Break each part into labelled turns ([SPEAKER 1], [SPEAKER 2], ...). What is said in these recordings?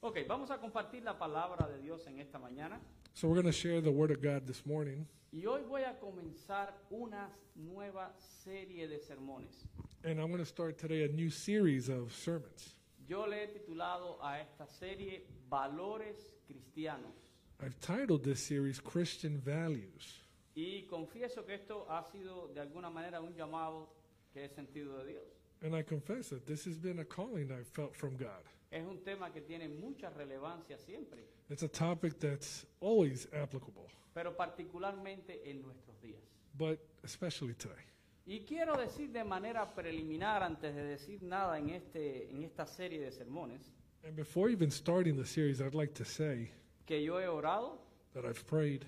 [SPEAKER 1] Ok, vamos a compartir la palabra de Dios en esta mañana.
[SPEAKER 2] So we're going to share the Word of God this morning,
[SPEAKER 1] Y hoy voy a comenzar una nueva serie de sermones.
[SPEAKER 2] and I'm going to start today a new series of sermons.
[SPEAKER 1] Yo le he titulado a esta serie Valores Cristianos.
[SPEAKER 2] I've titled this series Christian Values,
[SPEAKER 1] Y confieso que esto ha sido de alguna manera un llamado que he sentido de Dios.
[SPEAKER 2] and I confess that this has been a calling I've felt from God.
[SPEAKER 1] Es un tema que tiene mucha relevancia siempre,
[SPEAKER 2] It's a topic that's always applicable,
[SPEAKER 1] pero particularmente en nuestros días.
[SPEAKER 2] but especially today.
[SPEAKER 1] Y quiero decir de manera preliminar, antes de decir nada en, este, en esta serie de sermones,
[SPEAKER 2] And before even starting the series, I'd like to say
[SPEAKER 1] que yo he orado,
[SPEAKER 2] that I've prayed,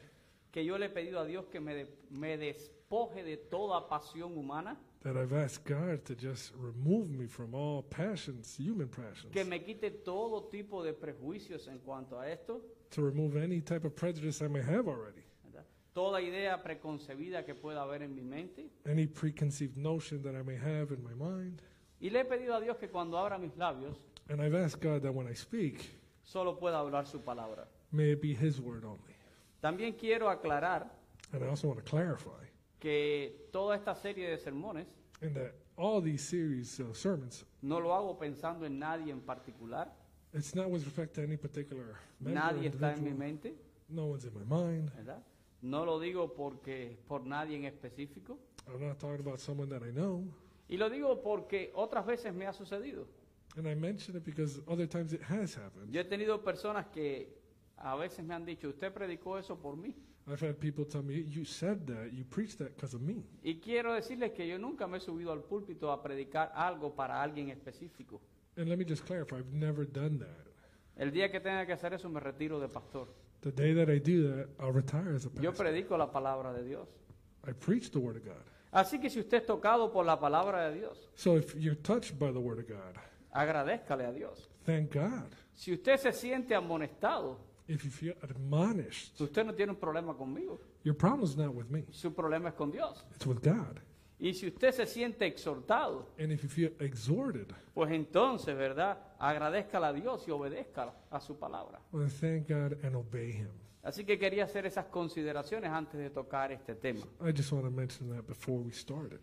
[SPEAKER 1] que yo le he pedido a Dios que me, de- me despoje de toda pasión humana,
[SPEAKER 2] that I've asked God to just remove me from all passions, human passions,
[SPEAKER 1] que me quite todo tipo de prejuicios en cuanto a esto,
[SPEAKER 2] to remove any type of prejudice I may have already.
[SPEAKER 1] ¿verdad? toda idea preconcebida que pueda haber en mi mente.
[SPEAKER 2] any preconceived notion that I may have in my mind.
[SPEAKER 1] Y le he pedido a Dios que cuando abra mis labios,
[SPEAKER 2] And I've asked God that when I speak,
[SPEAKER 1] solo pueda hablar su palabra.
[SPEAKER 2] may it be His word only.
[SPEAKER 1] También quiero aclarar
[SPEAKER 2] And I also want to clarify
[SPEAKER 1] que toda esta serie de sermones
[SPEAKER 2] in that all these series of sermons,
[SPEAKER 1] no lo hago pensando en nadie en particular,
[SPEAKER 2] it's not with respect to any particular member,
[SPEAKER 1] nadie está en mi
[SPEAKER 2] individual.
[SPEAKER 1] mente,
[SPEAKER 2] No one's in my mind.
[SPEAKER 1] ¿verdad? No lo digo porque por nadie en específico.
[SPEAKER 2] I'm not talking about someone that I know.
[SPEAKER 1] Y lo digo porque otras veces me ha sucedido.
[SPEAKER 2] And I mention it because other times it has happened.
[SPEAKER 1] Yo he tenido personas que a veces me han dicho, usted predicó eso por mí.
[SPEAKER 2] I've had people tell me, You said that, you preached that because of me.
[SPEAKER 1] Y quiero decirles que yo nunca me he subido al púlpito a predicar algo para alguien específico.
[SPEAKER 2] And let me just clarify, I've never done that.
[SPEAKER 1] El día que tenga que hacer eso me retiro de pastor.
[SPEAKER 2] The day that I do that, I'll retire as a
[SPEAKER 1] Yo
[SPEAKER 2] pastor.
[SPEAKER 1] predico la palabra de Dios.
[SPEAKER 2] I preach the word of God.
[SPEAKER 1] Así que si usted es tocado por la palabra de Dios,
[SPEAKER 2] So if you're touched by the word of God,
[SPEAKER 1] agradézcale a Dios.
[SPEAKER 2] thank God.
[SPEAKER 1] Si usted se siente amonestado,
[SPEAKER 2] If you feel admonished,
[SPEAKER 1] usted no tiene un problema conmigo,
[SPEAKER 2] your problem's not with me,
[SPEAKER 1] su problema es con Dios.
[SPEAKER 2] it's with God.
[SPEAKER 1] Y si usted se siente exhortado,
[SPEAKER 2] And if you feel exhorted,
[SPEAKER 1] pues entonces, ¿verdad? Agradézcala a Dios y obedézcala a su palabra.
[SPEAKER 2] well, thank God and obey Him.
[SPEAKER 1] Así que quería hacer esas consideraciones antes de tocar este tema.
[SPEAKER 2] I just want to mention that before we started.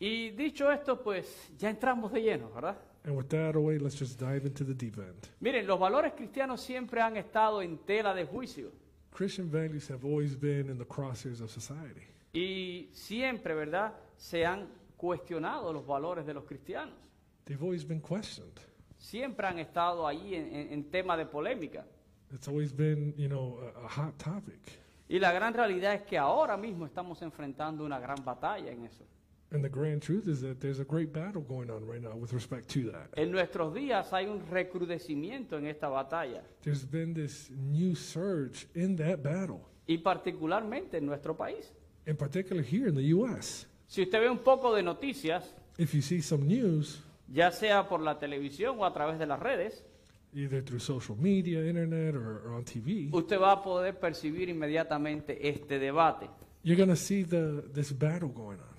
[SPEAKER 1] Y dicho esto, pues ya entramos de lleno, ¿verdad?
[SPEAKER 2] And with that away, let's just dive into the deep end.
[SPEAKER 1] Miren, los valores cristianos siempre han estado en tela de juicio
[SPEAKER 2] Christian values have always been in the crosshairs of society,
[SPEAKER 1] y siempre, ¿verdad? Se han cuestionado los valores de los cristianos.
[SPEAKER 2] they've always been questioned.
[SPEAKER 1] Siempre han estado ahí en, en- en tema de polémica.
[SPEAKER 2] It's always been, you know, a, a hot topic.
[SPEAKER 1] Y la gran realidad es que ahora mismo estamos enfrentando una gran batalla en eso.
[SPEAKER 2] And the grand truth is that there's a great battle going on right now with respect to that.
[SPEAKER 1] En nuestros días hay un recrudecimiento en esta batalla
[SPEAKER 2] There's been this new surge in that battle,
[SPEAKER 1] y particularmente en nuestro país.
[SPEAKER 2] in particular here in the U.S.
[SPEAKER 1] Si usted ve un poco de noticias,
[SPEAKER 2] If you see some news,
[SPEAKER 1] ya sea por la televisión o a través de las redes,
[SPEAKER 2] either through social media, internet, or, or on TV,
[SPEAKER 1] usted va a poder percibir inmediatamente este debate.
[SPEAKER 2] you're going to see the, this battle going on.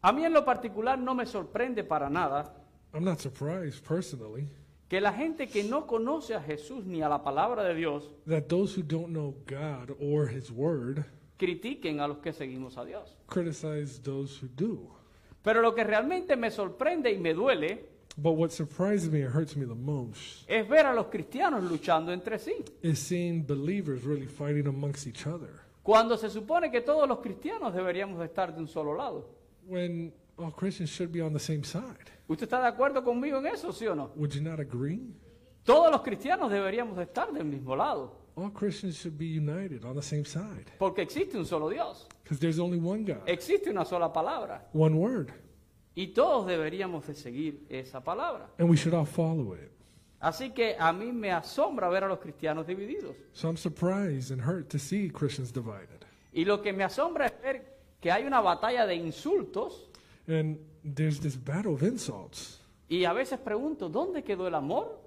[SPEAKER 1] A mí en lo particular no me sorprende para nada
[SPEAKER 2] I'm not surprised personally
[SPEAKER 1] que la gente que no conoce a Jesús ni a la palabra de Dios
[SPEAKER 2] that those who don't know God or His Word
[SPEAKER 1] critiquen a los que seguimos a Dios.
[SPEAKER 2] criticize those who do.
[SPEAKER 1] Pero lo que realmente me sorprende y me duele
[SPEAKER 2] But what surprises me and hurts me the most
[SPEAKER 1] es ver a los cristianos luchando entre sí,
[SPEAKER 2] is seeing believers really fighting amongst each other
[SPEAKER 1] cuando se supone que todos los cristianos deberíamos de estar de un solo lado.
[SPEAKER 2] when all Christians should be on the same side.
[SPEAKER 1] ¿Usted está de acuerdo conmigo en eso, sí o no?
[SPEAKER 2] Would you not agree?
[SPEAKER 1] Todos los cristianos deberíamos de estar del mismo lado,
[SPEAKER 2] All Christians should be united on the same side
[SPEAKER 1] porque existe un solo Dios.
[SPEAKER 2] because there's only one God,
[SPEAKER 1] Existe una sola palabra
[SPEAKER 2] one word,
[SPEAKER 1] y todos deberíamos de seguir esa palabra.
[SPEAKER 2] and we should all follow it.
[SPEAKER 1] Así que a mí me asombra ver a los cristianos divididos.
[SPEAKER 2] So I'm surprised and hurt to see Christians divided.
[SPEAKER 1] Y lo que me asombra es ver que hay una batalla de insultos
[SPEAKER 2] And there's this battle of insults
[SPEAKER 1] y a veces pregunto, ¿dónde quedó el amor?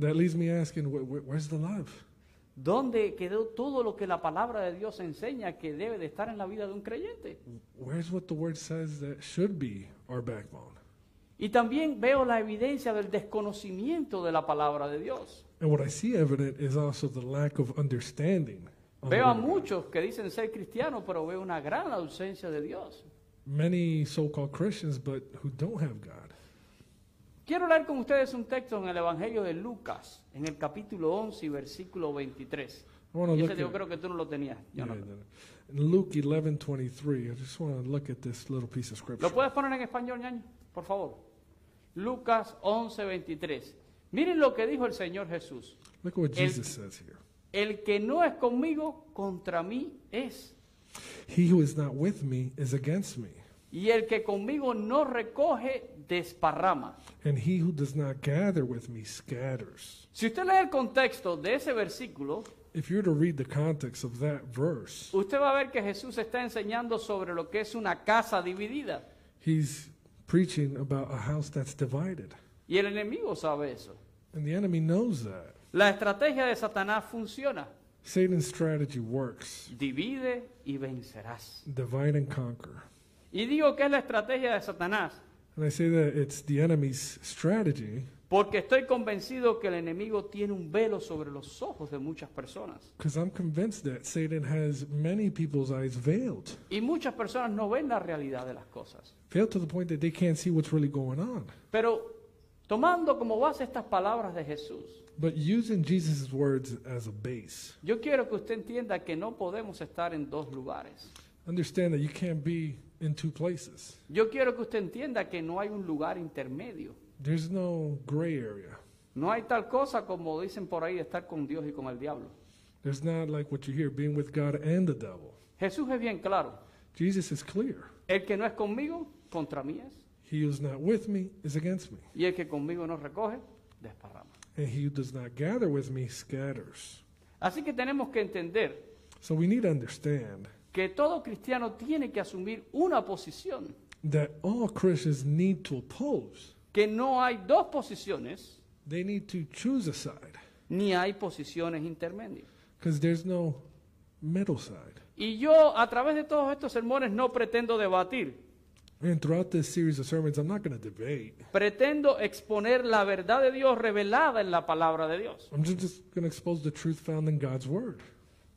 [SPEAKER 2] that leaves me asking, wh- wh- where's the love?
[SPEAKER 1] ¿Dónde quedó todo lo que la palabra de Dios enseña que debe de estar en la vida de un creyente?
[SPEAKER 2] Where's what the word says that should be our backbone?
[SPEAKER 1] Y también veo la evidencia del desconocimiento de la palabra de Dios.
[SPEAKER 2] And what I see evident is also the lack of understanding. on the
[SPEAKER 1] Veo a
[SPEAKER 2] Word of God.
[SPEAKER 1] muchos que dicen ser cristianos, pero veo una gran ausencia de Dios.
[SPEAKER 2] Many so called Christians, but who don't have God.
[SPEAKER 1] Quiero leer con ustedes un texto en el Evangelio de Lucas, en el capítulo 11 y versículo 23.
[SPEAKER 2] I want to
[SPEAKER 1] Y
[SPEAKER 2] look
[SPEAKER 1] ese
[SPEAKER 2] at
[SPEAKER 1] yo creo que tú no lo tenías,
[SPEAKER 2] yeah,
[SPEAKER 1] Jonathan.
[SPEAKER 2] in Luke eleven twenty three. I just want to look at this little piece of scripture.
[SPEAKER 1] ¿Lo puedes poner en español, ñaño? Por favor. Lucas 11, 23. Miren lo que dijo el Señor Jesús.
[SPEAKER 2] Look at what
[SPEAKER 1] El-
[SPEAKER 2] Jesus says here.
[SPEAKER 1] El que no es conmigo, contra mí es.
[SPEAKER 2] He who is not with me is against me,
[SPEAKER 1] Y el que conmigo no recoge, desparrama.
[SPEAKER 2] and he who does not gather with me scatters.
[SPEAKER 1] Si usted lee el contexto de ese versículo,
[SPEAKER 2] If you're to read the context of that verse,
[SPEAKER 1] usted va a ver que Jesús está enseñando sobre lo que es una casa dividida.
[SPEAKER 2] he's preaching about a house that's divided,
[SPEAKER 1] Y el enemigo sabe eso.
[SPEAKER 2] and the enemy knows that.
[SPEAKER 1] La estrategia de Satanás funciona.
[SPEAKER 2] Satan's strategy works
[SPEAKER 1] Divide y vencerás.
[SPEAKER 2] divide and conquer.
[SPEAKER 1] Y digo que es la estrategia de Satanás
[SPEAKER 2] And I say that it's the enemy's strategy
[SPEAKER 1] porque estoy convencido que el enemigo tiene un velo sobre los ojos de muchas personas.
[SPEAKER 2] because I'm convinced that Satan has many people's eyes veiled,
[SPEAKER 1] Y muchas personas no ven la realidad de las cosas.
[SPEAKER 2] veiled to the point that they can't see what's really going on.
[SPEAKER 1] Pero tomando como base estas palabras de Jesús,
[SPEAKER 2] But using Jesus' words as a base,
[SPEAKER 1] yo quiero que usted entienda que no podemos estar en dos lugares.
[SPEAKER 2] understand that you can't be in two places.
[SPEAKER 1] Yo quiero que usted entienda que no hay un lugar intermedio.
[SPEAKER 2] There's no gray area.
[SPEAKER 1] No hay tal cosa como dicen por ahí de estar con Dios y con el diablo.
[SPEAKER 2] There's not like what you hear being with God and the devil.
[SPEAKER 1] Jesús es bien claro.
[SPEAKER 2] Jesus is clear.
[SPEAKER 1] El que no es conmigo, contra mí es.
[SPEAKER 2] He who's not with me is against me,
[SPEAKER 1] Y el que conmigo no recoge, desparrama.
[SPEAKER 2] and he who does not gather with me scatters.
[SPEAKER 1] Así que tenemos que entender
[SPEAKER 2] So we need to understand
[SPEAKER 1] que todo cristiano tiene que asumir una posición,
[SPEAKER 2] that all Christians need to oppose.
[SPEAKER 1] que no hay dos posiciones
[SPEAKER 2] They need to choose a side
[SPEAKER 1] ni hay posiciones intermedias.
[SPEAKER 2] because there's no middle side.
[SPEAKER 1] Y yo a través de todos estos sermones no pretendo debatir,
[SPEAKER 2] And throughout this series of sermons, I'm not going to debate.
[SPEAKER 1] pretendo exponer la verdad de Dios revelada en la palabra de Dios.
[SPEAKER 2] I'm just, just going to expose the truth found in God's Word.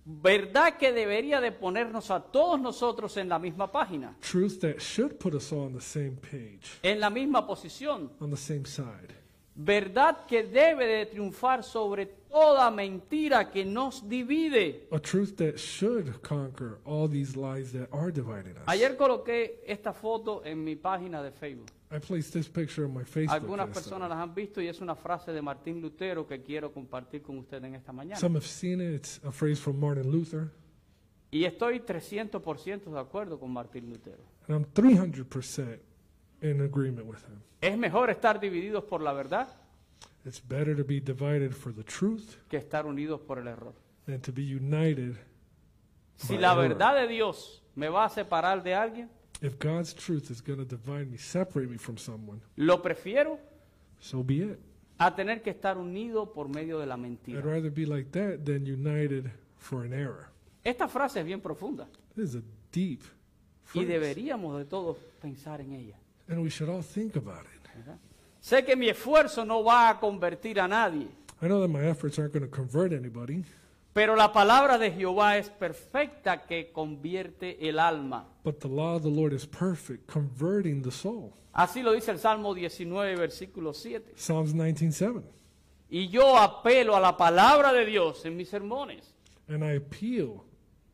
[SPEAKER 1] Verdad que debería de ponernos a todos nosotros en la misma página,
[SPEAKER 2] Truth that should put us all on the same page,
[SPEAKER 1] en la misma posición,
[SPEAKER 2] on the same side.
[SPEAKER 1] Verdad que debe de triunfar sobre toda mentira que nos divide.
[SPEAKER 2] A truth that should conquer all these lies that are dividing us.
[SPEAKER 1] Ayer coloqué esta foto en mi página de Facebook.
[SPEAKER 2] I placed this picture on my Facebook.
[SPEAKER 1] Algunas
[SPEAKER 2] last
[SPEAKER 1] personas
[SPEAKER 2] night.
[SPEAKER 1] las han visto y es una frase de Martín Lutero que quiero compartir con ustedes en esta mañana.
[SPEAKER 2] Some have seen it. It's a phrase from Martin Luther.
[SPEAKER 1] Y estoy 300% de acuerdo con Martín Lutero.
[SPEAKER 2] And I'm 300% in agreement with him.
[SPEAKER 1] Es mejor estar divididos por la verdad
[SPEAKER 2] It's better to be divided for the truth
[SPEAKER 1] que estar unidos por el error.
[SPEAKER 2] than to be united.
[SPEAKER 1] Si
[SPEAKER 2] by
[SPEAKER 1] la
[SPEAKER 2] error.
[SPEAKER 1] verdad de Dios me va a separar de alguien,
[SPEAKER 2] If God's truth is going to divide me, separate me from someone,
[SPEAKER 1] lo prefiero
[SPEAKER 2] so be it.
[SPEAKER 1] a tener que estar unido por medio de la
[SPEAKER 2] I'd
[SPEAKER 1] mentira.
[SPEAKER 2] rather be like that than united for an error.
[SPEAKER 1] Esta frase es bien profunda.
[SPEAKER 2] This is a deep
[SPEAKER 1] Y
[SPEAKER 2] phrase,
[SPEAKER 1] deberíamos de todos pensar en ella.
[SPEAKER 2] and we should all think about it.
[SPEAKER 1] ¿verdad? Sé que mi esfuerzo no va a convertir a nadie,
[SPEAKER 2] I know that my efforts aren't going to convert anybody,
[SPEAKER 1] pero la palabra de Jehová es perfecta que convierte el alma.
[SPEAKER 2] but the law of the Lord is perfect, converting the soul.
[SPEAKER 1] Así lo dice el Salmo 19, versículo 7.
[SPEAKER 2] Psalms 19:7.
[SPEAKER 1] Y yo apelo a la palabra de Dios en mis sermones
[SPEAKER 2] And I appeal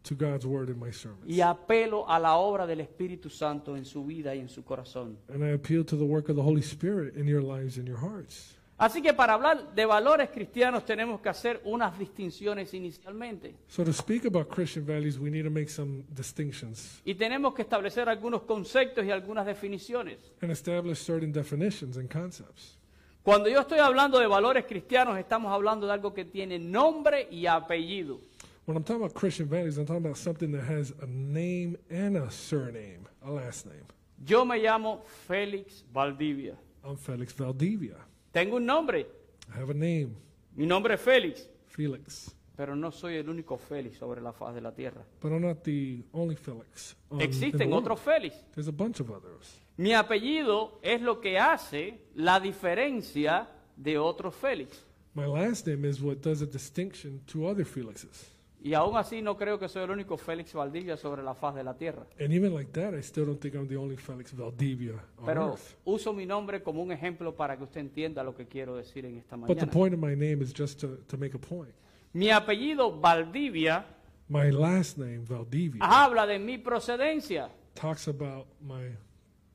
[SPEAKER 2] to God's word in my sermons.
[SPEAKER 1] y apelo a la obra del Espíritu Santo en su vida y en su corazón.
[SPEAKER 2] And I appeal to the work of the Holy Spirit in your lives and your hearts.
[SPEAKER 1] Así que para hablar de valores cristianos tenemos que hacer unas distinciones inicialmente
[SPEAKER 2] So to speak about Christian values, we need to make some distinctions
[SPEAKER 1] y tenemos que establecer algunos conceptos y algunas definiciones.
[SPEAKER 2] and establish certain definitions and concepts.
[SPEAKER 1] Cuando yo estoy hablando de valores cristianos, estamos hablando de algo que tiene nombre y apellido.
[SPEAKER 2] When I'm talking about Christian values, I'm talking about something that has a name and a surname, a last name.
[SPEAKER 1] Yo me llamo Félix Valdivia.
[SPEAKER 2] I'm Felix Valdivia.
[SPEAKER 1] Tengo un nombre.
[SPEAKER 2] I have a name,
[SPEAKER 1] Mi nombre es Félix.
[SPEAKER 2] Felix.
[SPEAKER 1] Pero no soy el único Félix sobre la faz de la tierra.
[SPEAKER 2] But I'm not the only Felix. on- in the
[SPEAKER 1] Existen
[SPEAKER 2] world.
[SPEAKER 1] otros Félix.
[SPEAKER 2] There's a bunch of others.
[SPEAKER 1] Mi apellido es lo que hace la diferencia de otros Félix.
[SPEAKER 2] My last name is what does a distinction to other Felixes.
[SPEAKER 1] Y aún así no creo que soy el único Félix Valdivia sobre la faz de la tierra.
[SPEAKER 2] And even like that, I still don't think I'm the only Felix Valdivia on
[SPEAKER 1] Pero
[SPEAKER 2] earth.
[SPEAKER 1] uso mi nombre como un ejemplo para que usted entienda lo que quiero decir en esta
[SPEAKER 2] But the
[SPEAKER 1] mañana.
[SPEAKER 2] point of my name is just to, to make a point.
[SPEAKER 1] Mi apellido Valdivia
[SPEAKER 2] My last name, Valdivia,
[SPEAKER 1] habla de mi procedencia,
[SPEAKER 2] talks about my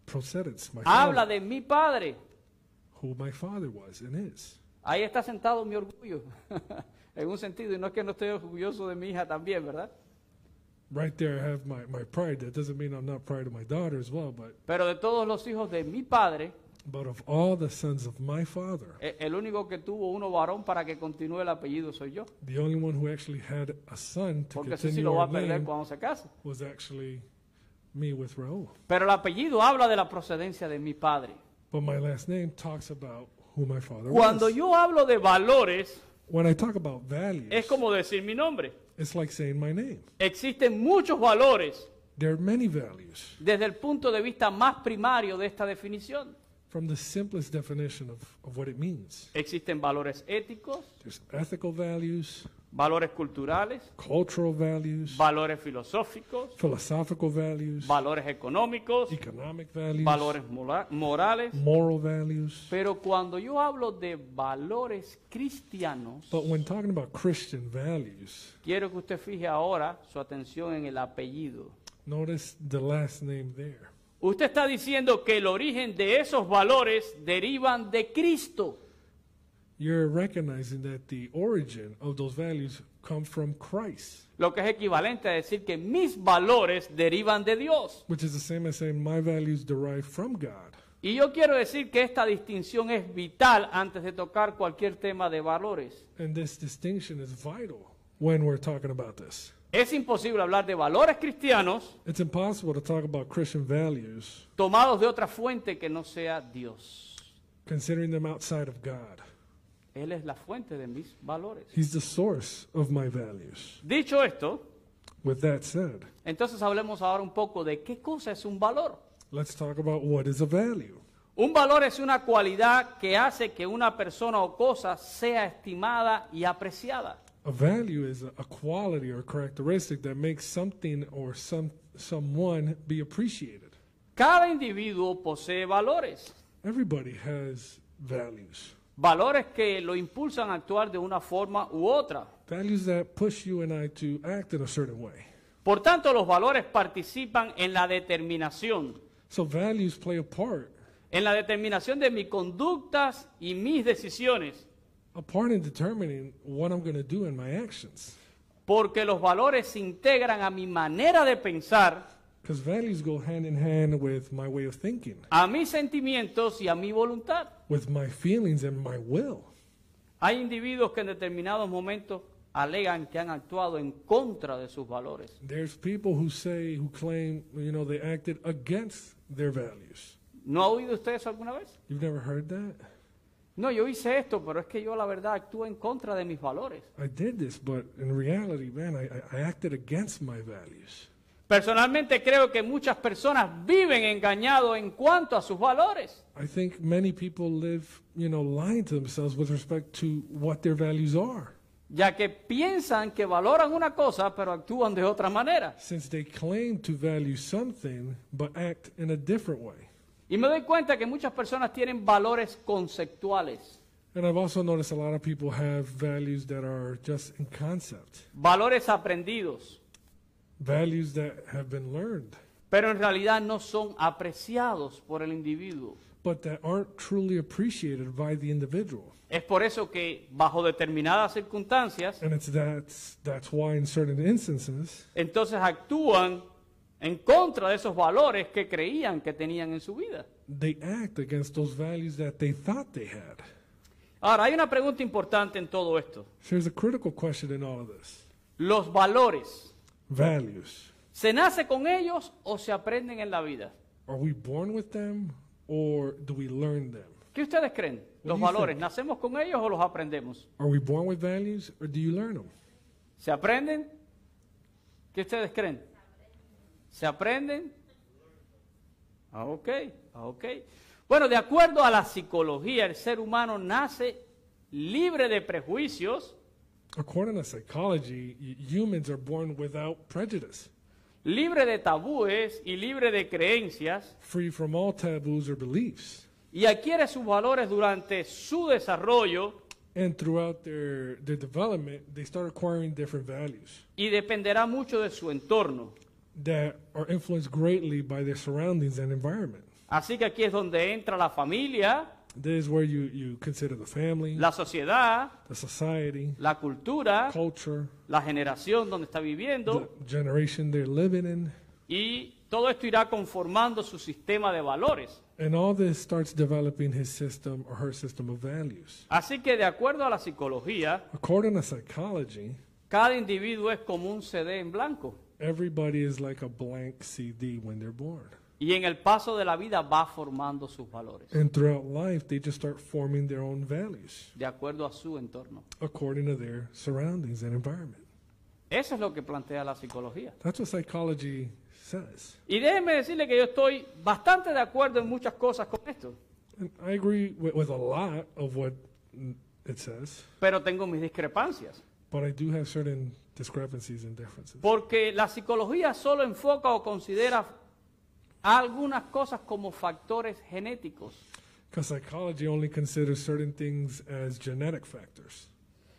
[SPEAKER 2] procedence, my
[SPEAKER 1] habla
[SPEAKER 2] father,
[SPEAKER 1] de mi padre.
[SPEAKER 2] who my father was and is.
[SPEAKER 1] Ahí está sentado mi orgullo, en un sentido, y no es que no esté orgulloso de mi hija también, ¿verdad?
[SPEAKER 2] Right there, I have my, my pride. That doesn't mean I'm not proud of my daughter as well, but,
[SPEAKER 1] Pero de todos los hijos de mi padre,
[SPEAKER 2] but of all the sons of my father,
[SPEAKER 1] e- el único que tuvo uno varón para que continúe el apellido soy yo,
[SPEAKER 2] the only one who actually had a son to
[SPEAKER 1] porque sí, sí
[SPEAKER 2] continue
[SPEAKER 1] lo va
[SPEAKER 2] our
[SPEAKER 1] a perder
[SPEAKER 2] name
[SPEAKER 1] cuando se case.
[SPEAKER 2] was actually me with Raul.
[SPEAKER 1] Pero el apellido habla de la procedencia de mi padre.
[SPEAKER 2] But my last name talks about who my father
[SPEAKER 1] Cuando
[SPEAKER 2] was.
[SPEAKER 1] yo hablo de valores,
[SPEAKER 2] when I talk about values,
[SPEAKER 1] es como decir mi nombre.
[SPEAKER 2] it's like saying my name.
[SPEAKER 1] Existen muchos valores
[SPEAKER 2] There are many values.
[SPEAKER 1] desde el punto de vista más primario de esta definición.
[SPEAKER 2] From the simplest definition of, of what it means,
[SPEAKER 1] Existen valores éticos,
[SPEAKER 2] there's ethical values,
[SPEAKER 1] valores culturales,
[SPEAKER 2] cultural values,
[SPEAKER 1] valores filosóficos,
[SPEAKER 2] philosophical values,
[SPEAKER 1] valores económicos,
[SPEAKER 2] economic values,
[SPEAKER 1] valores mora- morales.
[SPEAKER 2] moral values.
[SPEAKER 1] Pero cuando yo hablo de valores cristianos,
[SPEAKER 2] But when talking about Christian values,
[SPEAKER 1] quiero que usted fije ahora su atención en el apellido.
[SPEAKER 2] notice the last name there.
[SPEAKER 1] Usted está diciendo que el origen de esos valores derivan de Cristo.
[SPEAKER 2] You're recognizing that the origin of those values come from Christ,
[SPEAKER 1] Lo que es equivalente a decir que mis valores derivan de Dios.
[SPEAKER 2] which is the same as saying my values derive from God.
[SPEAKER 1] Y yo quiero decir que esta distinción es vital antes de tocar cualquier tema de valores.
[SPEAKER 2] And this distinction is vital when we're talking about this.
[SPEAKER 1] Es imposible hablar de valores cristianos
[SPEAKER 2] It's impossible to talk about Christian values
[SPEAKER 1] tomados de otra fuente que no sea Dios.
[SPEAKER 2] considering them outside of God.
[SPEAKER 1] Él es la fuente de mis valores.
[SPEAKER 2] He's the source of my values.
[SPEAKER 1] Dicho esto,
[SPEAKER 2] With that said,
[SPEAKER 1] entonces hablemos ahora un poco de qué cosa es un valor.
[SPEAKER 2] let's talk about what is a value.
[SPEAKER 1] Un valor es una cualidad que hace que una persona o cosa sea estimada y apreciada.
[SPEAKER 2] A value is a quality or characteristic that makes something or some someone be appreciated.
[SPEAKER 1] Cada individuo posee valores,
[SPEAKER 2] Everybody has values.
[SPEAKER 1] valores que lo impulsan a actuar de una forma u otra.
[SPEAKER 2] Values that push you and I to act in a certain way.
[SPEAKER 1] Por tanto, los valores participan en la determinación,
[SPEAKER 2] So values play a part,
[SPEAKER 1] en la determinación de mis conductas y mis decisiones,
[SPEAKER 2] a part in determining what I'm going to do in my actions.
[SPEAKER 1] porque los valores se integran a mi manera de pensar,
[SPEAKER 2] Because values go hand in hand with my way of thinking,
[SPEAKER 1] a mis sentimientos y a mi voluntad.
[SPEAKER 2] with my feelings and my will.
[SPEAKER 1] Hay individuos que en determinados momentos alegan que han actuado en contra de sus valores.
[SPEAKER 2] There's people who say, who claim, you know, they acted against their values.
[SPEAKER 1] ¿No ha oído usted eso alguna vez?
[SPEAKER 2] You've never heard that?
[SPEAKER 1] No, yo hice esto, pero es que yo la verdad actúo en contra de mis valores.
[SPEAKER 2] I did this, but in reality, man, I, I- I acted against my values.
[SPEAKER 1] Personalmente creo que muchas personas viven engañados en cuanto a sus valores.
[SPEAKER 2] I think many people live, you know, lying to themselves with respect to what their values are,
[SPEAKER 1] ya que piensan que valoran una cosa, pero actúan de otra manera.
[SPEAKER 2] since they claim to value something but act in a different way.
[SPEAKER 1] Y me doy cuenta que muchas personas tienen valores conceptuales,
[SPEAKER 2] And I've also noticed a lot of people have values that are just in concept,
[SPEAKER 1] valores aprendidos,
[SPEAKER 2] values that have been learned,
[SPEAKER 1] pero en realidad no son apreciados por el individuo.
[SPEAKER 2] but that aren't truly appreciated by the individual.
[SPEAKER 1] Es por eso que bajo determinadas circunstancias,
[SPEAKER 2] And it's that's that's why in certain instances
[SPEAKER 1] entonces actúan en contra de esos valores que creían que tenían en su vida.
[SPEAKER 2] they act against those values that they thought they had.
[SPEAKER 1] Ahora, hay una pregunta importante en todo esto.
[SPEAKER 2] So there's a critical question in all of this.
[SPEAKER 1] ¿Los valores
[SPEAKER 2] Values.
[SPEAKER 1] se nace con ellos o se aprenden en la vida?
[SPEAKER 2] Are we born with them or do we learn them?
[SPEAKER 1] ¿Qué ustedes creen? ¿Los
[SPEAKER 2] What do you
[SPEAKER 1] valores
[SPEAKER 2] think?
[SPEAKER 1] nacemos con ellos o los aprendemos?
[SPEAKER 2] Are we born with values or do you learn them?
[SPEAKER 1] ¿Se aprenden? ¿Qué ustedes creen? ¿Se aprenden? Ah, ok, ah, ok. Bueno, de acuerdo a la psicología, el ser humano nace libre de prejuicios,
[SPEAKER 2] According to psychology, y- humans are born without prejudice,
[SPEAKER 1] libre de tabúes y libre de creencias,
[SPEAKER 2] free from all taboos or beliefs.
[SPEAKER 1] y adquiere sus valores durante su desarrollo
[SPEAKER 2] And throughout their, their development, they start acquiring different values
[SPEAKER 1] y dependerá mucho de su entorno.
[SPEAKER 2] that are influenced greatly by their surroundings and environment.
[SPEAKER 1] Así que aquí es donde entra la familia,
[SPEAKER 2] This is where you, you consider the family,
[SPEAKER 1] la sociedad,
[SPEAKER 2] the society,
[SPEAKER 1] la cultura,
[SPEAKER 2] culture,
[SPEAKER 1] la generación donde está
[SPEAKER 2] the
[SPEAKER 1] viviendo
[SPEAKER 2] generation they're living in.
[SPEAKER 1] y todo esto irá conformando su sistema de valores.
[SPEAKER 2] And all this starts developing his system or her system of values.
[SPEAKER 1] Así que de acuerdo a la psicología,
[SPEAKER 2] According to psychology,
[SPEAKER 1] cada individuo es como un CD en blanco
[SPEAKER 2] everybody is like a blank CD when they're born.
[SPEAKER 1] y en el paso de la vida va formando sus valores
[SPEAKER 2] And throughout life, they just start forming their own values
[SPEAKER 1] de acuerdo a su entorno.
[SPEAKER 2] according to their surroundings and environment.
[SPEAKER 1] Eso es lo que plantea la psicología.
[SPEAKER 2] That's what psychology says.
[SPEAKER 1] Y déjenme decirle que yo estoy bastante de acuerdo en muchas cosas con esto,
[SPEAKER 2] And I agree with, with a lot of what it says,
[SPEAKER 1] pero tengo mis discrepancias.
[SPEAKER 2] but I do have certain discrepancies and differences.
[SPEAKER 1] Porque la psicología solo enfoca o considera algunas cosas como factores genéticos.
[SPEAKER 2] Because psychology only considers certain things as genetic factors.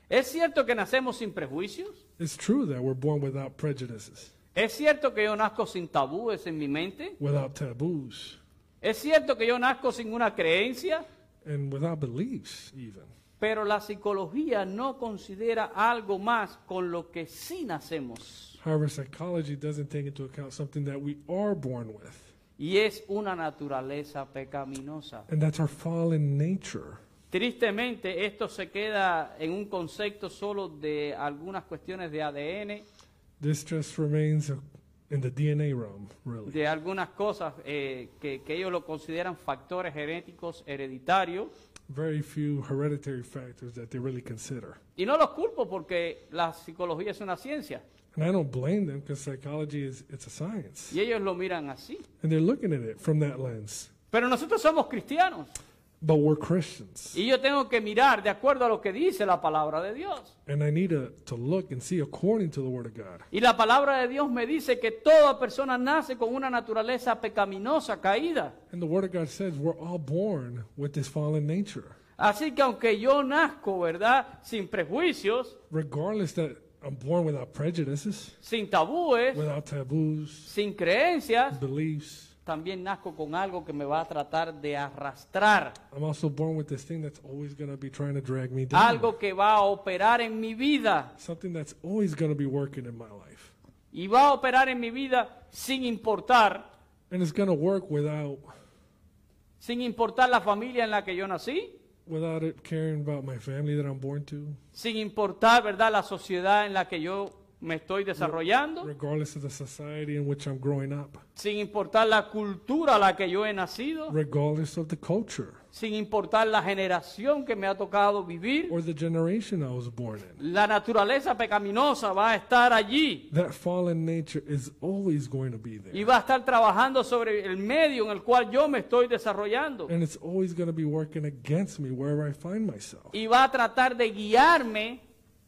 [SPEAKER 1] Es cierto que nacemos sin prejuicios,
[SPEAKER 2] It's true that we're born without prejudices,
[SPEAKER 1] es cierto que yo nazco sin tabúes en mi mente,
[SPEAKER 2] without taboos,
[SPEAKER 1] es cierto que yo nazco sin una creencia,
[SPEAKER 2] and without beliefs, even.
[SPEAKER 1] pero la psicología no considera algo más con lo que sí nacemos,
[SPEAKER 2] However, psychology doesn't take into account something that we are born with,
[SPEAKER 1] y es una naturaleza pecaminosa.
[SPEAKER 2] and that's our fallen nature.
[SPEAKER 1] Tristemente, esto se queda en un concepto solo de algunas cuestiones de ADN,
[SPEAKER 2] This just remains a- in the DNA realm, really.
[SPEAKER 1] de algunas cosas eh, que, que ellos lo consideran factores genéticos hereditarios.
[SPEAKER 2] Very few hereditary factors that they really consider.
[SPEAKER 1] Y no los culpo porque la psicología es una ciencia
[SPEAKER 2] And I don't blame them because psychology is it's a science.
[SPEAKER 1] y ellos lo miran así.
[SPEAKER 2] And they're looking at it from that lens.
[SPEAKER 1] Pero nosotros somos cristianos
[SPEAKER 2] But we're Christians.
[SPEAKER 1] y yo tengo que mirar de acuerdo a lo que dice la palabra de Dios.
[SPEAKER 2] And I need to, to look and see according to the Word of God.
[SPEAKER 1] Y la palabra de Dios me dice que toda persona nace con una naturaleza pecaminosa, caída.
[SPEAKER 2] And the Word of God says we're all born with this fallen nature.
[SPEAKER 1] Así que aunque yo nazco, ¿verdad? Sin prejuicios,
[SPEAKER 2] Regardless that I'm born without prejudices,
[SPEAKER 1] sin tabúes,
[SPEAKER 2] without taboos,
[SPEAKER 1] sin creencias,
[SPEAKER 2] beliefs,
[SPEAKER 1] también nazco con algo que me va a tratar de arrastrar,
[SPEAKER 2] I'm also born with this thing that's always going to be trying to drag me down.
[SPEAKER 1] algo que va a operar en mi vida
[SPEAKER 2] Something that's always going to be working in my life.
[SPEAKER 1] y va a operar en mi vida sin importar,
[SPEAKER 2] And it's going to work without
[SPEAKER 1] sin importar la familia en la que yo nací,
[SPEAKER 2] without it caring about my family that I'm born to,
[SPEAKER 1] sin importar, ¿verdad?, la sociedad en la que yo me estoy desarrollando,
[SPEAKER 2] regardless of the society in which I'm growing up,
[SPEAKER 1] sin importar la cultura a la que yo he nacido,
[SPEAKER 2] regardless of the culture
[SPEAKER 1] sin importar la generación que me ha tocado vivir,
[SPEAKER 2] or the generation I was born in.
[SPEAKER 1] la naturaleza pecaminosa va a estar allí.
[SPEAKER 2] That fallen nature is always going to be
[SPEAKER 1] y
[SPEAKER 2] there.
[SPEAKER 1] va a estar trabajando sobre el medio en el cual yo me estoy desarrollando
[SPEAKER 2] And it's always going to be working against me wherever I find myself.
[SPEAKER 1] y va a tratar de guiarme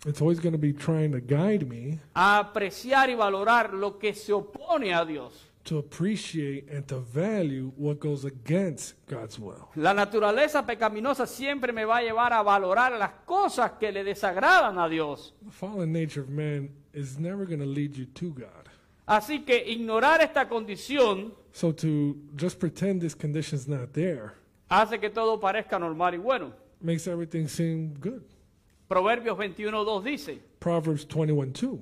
[SPEAKER 2] It's always going to be trying to guide me
[SPEAKER 1] a apreciar y valorar lo que se opone a Dios.
[SPEAKER 2] to appreciate and to value what goes against God's will.
[SPEAKER 1] La naturaleza pecaminosa siempre me va a llevar a valorar las cosas que le desagradan a Dios.
[SPEAKER 2] The fallen nature of man is never going to lead you to God.
[SPEAKER 1] Así que ignorar esta condición
[SPEAKER 2] So to just pretend this condition's not there
[SPEAKER 1] hace que todo parezca normal y bueno.
[SPEAKER 2] makes everything seem good.
[SPEAKER 1] Proverbios 21.2 dice,
[SPEAKER 2] Proverbs 21 2.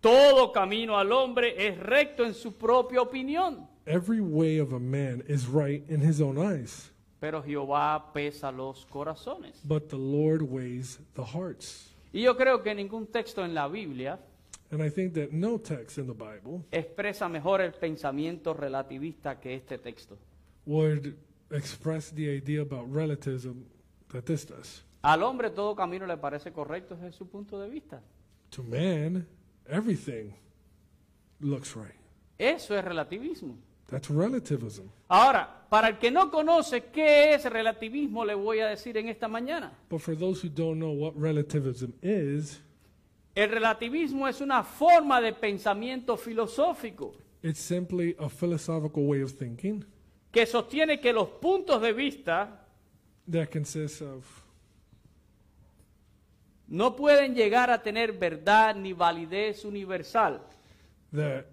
[SPEAKER 1] todo camino al hombre es recto en su propia opinión,
[SPEAKER 2] Every way of a man is right in his own eyes,
[SPEAKER 1] pero Jehová pesa los corazones.
[SPEAKER 2] but the Lord weighs the hearts.
[SPEAKER 1] Y yo creo que ningún texto en la Biblia
[SPEAKER 2] And I think that no text in the Bible
[SPEAKER 1] expresa mejor el pensamiento relativista que este texto.
[SPEAKER 2] would express the idea about relativism that this does.
[SPEAKER 1] Al hombre todo camino le parece correcto desde su punto de vista.
[SPEAKER 2] To man, everything looks right.
[SPEAKER 1] Eso es relativismo.
[SPEAKER 2] That's relativism.
[SPEAKER 1] Ahora, para el que no conoce qué es relativismo, le voy a decir en esta mañana.
[SPEAKER 2] But for those who don't know what relativism is,
[SPEAKER 1] El relativismo es una forma de pensamiento filosófico
[SPEAKER 2] it's simply a philosophical way of thinking
[SPEAKER 1] que sostiene que los puntos de vista
[SPEAKER 2] that consists of
[SPEAKER 1] no pueden llegar a tener verdad ni validez universal.
[SPEAKER 2] that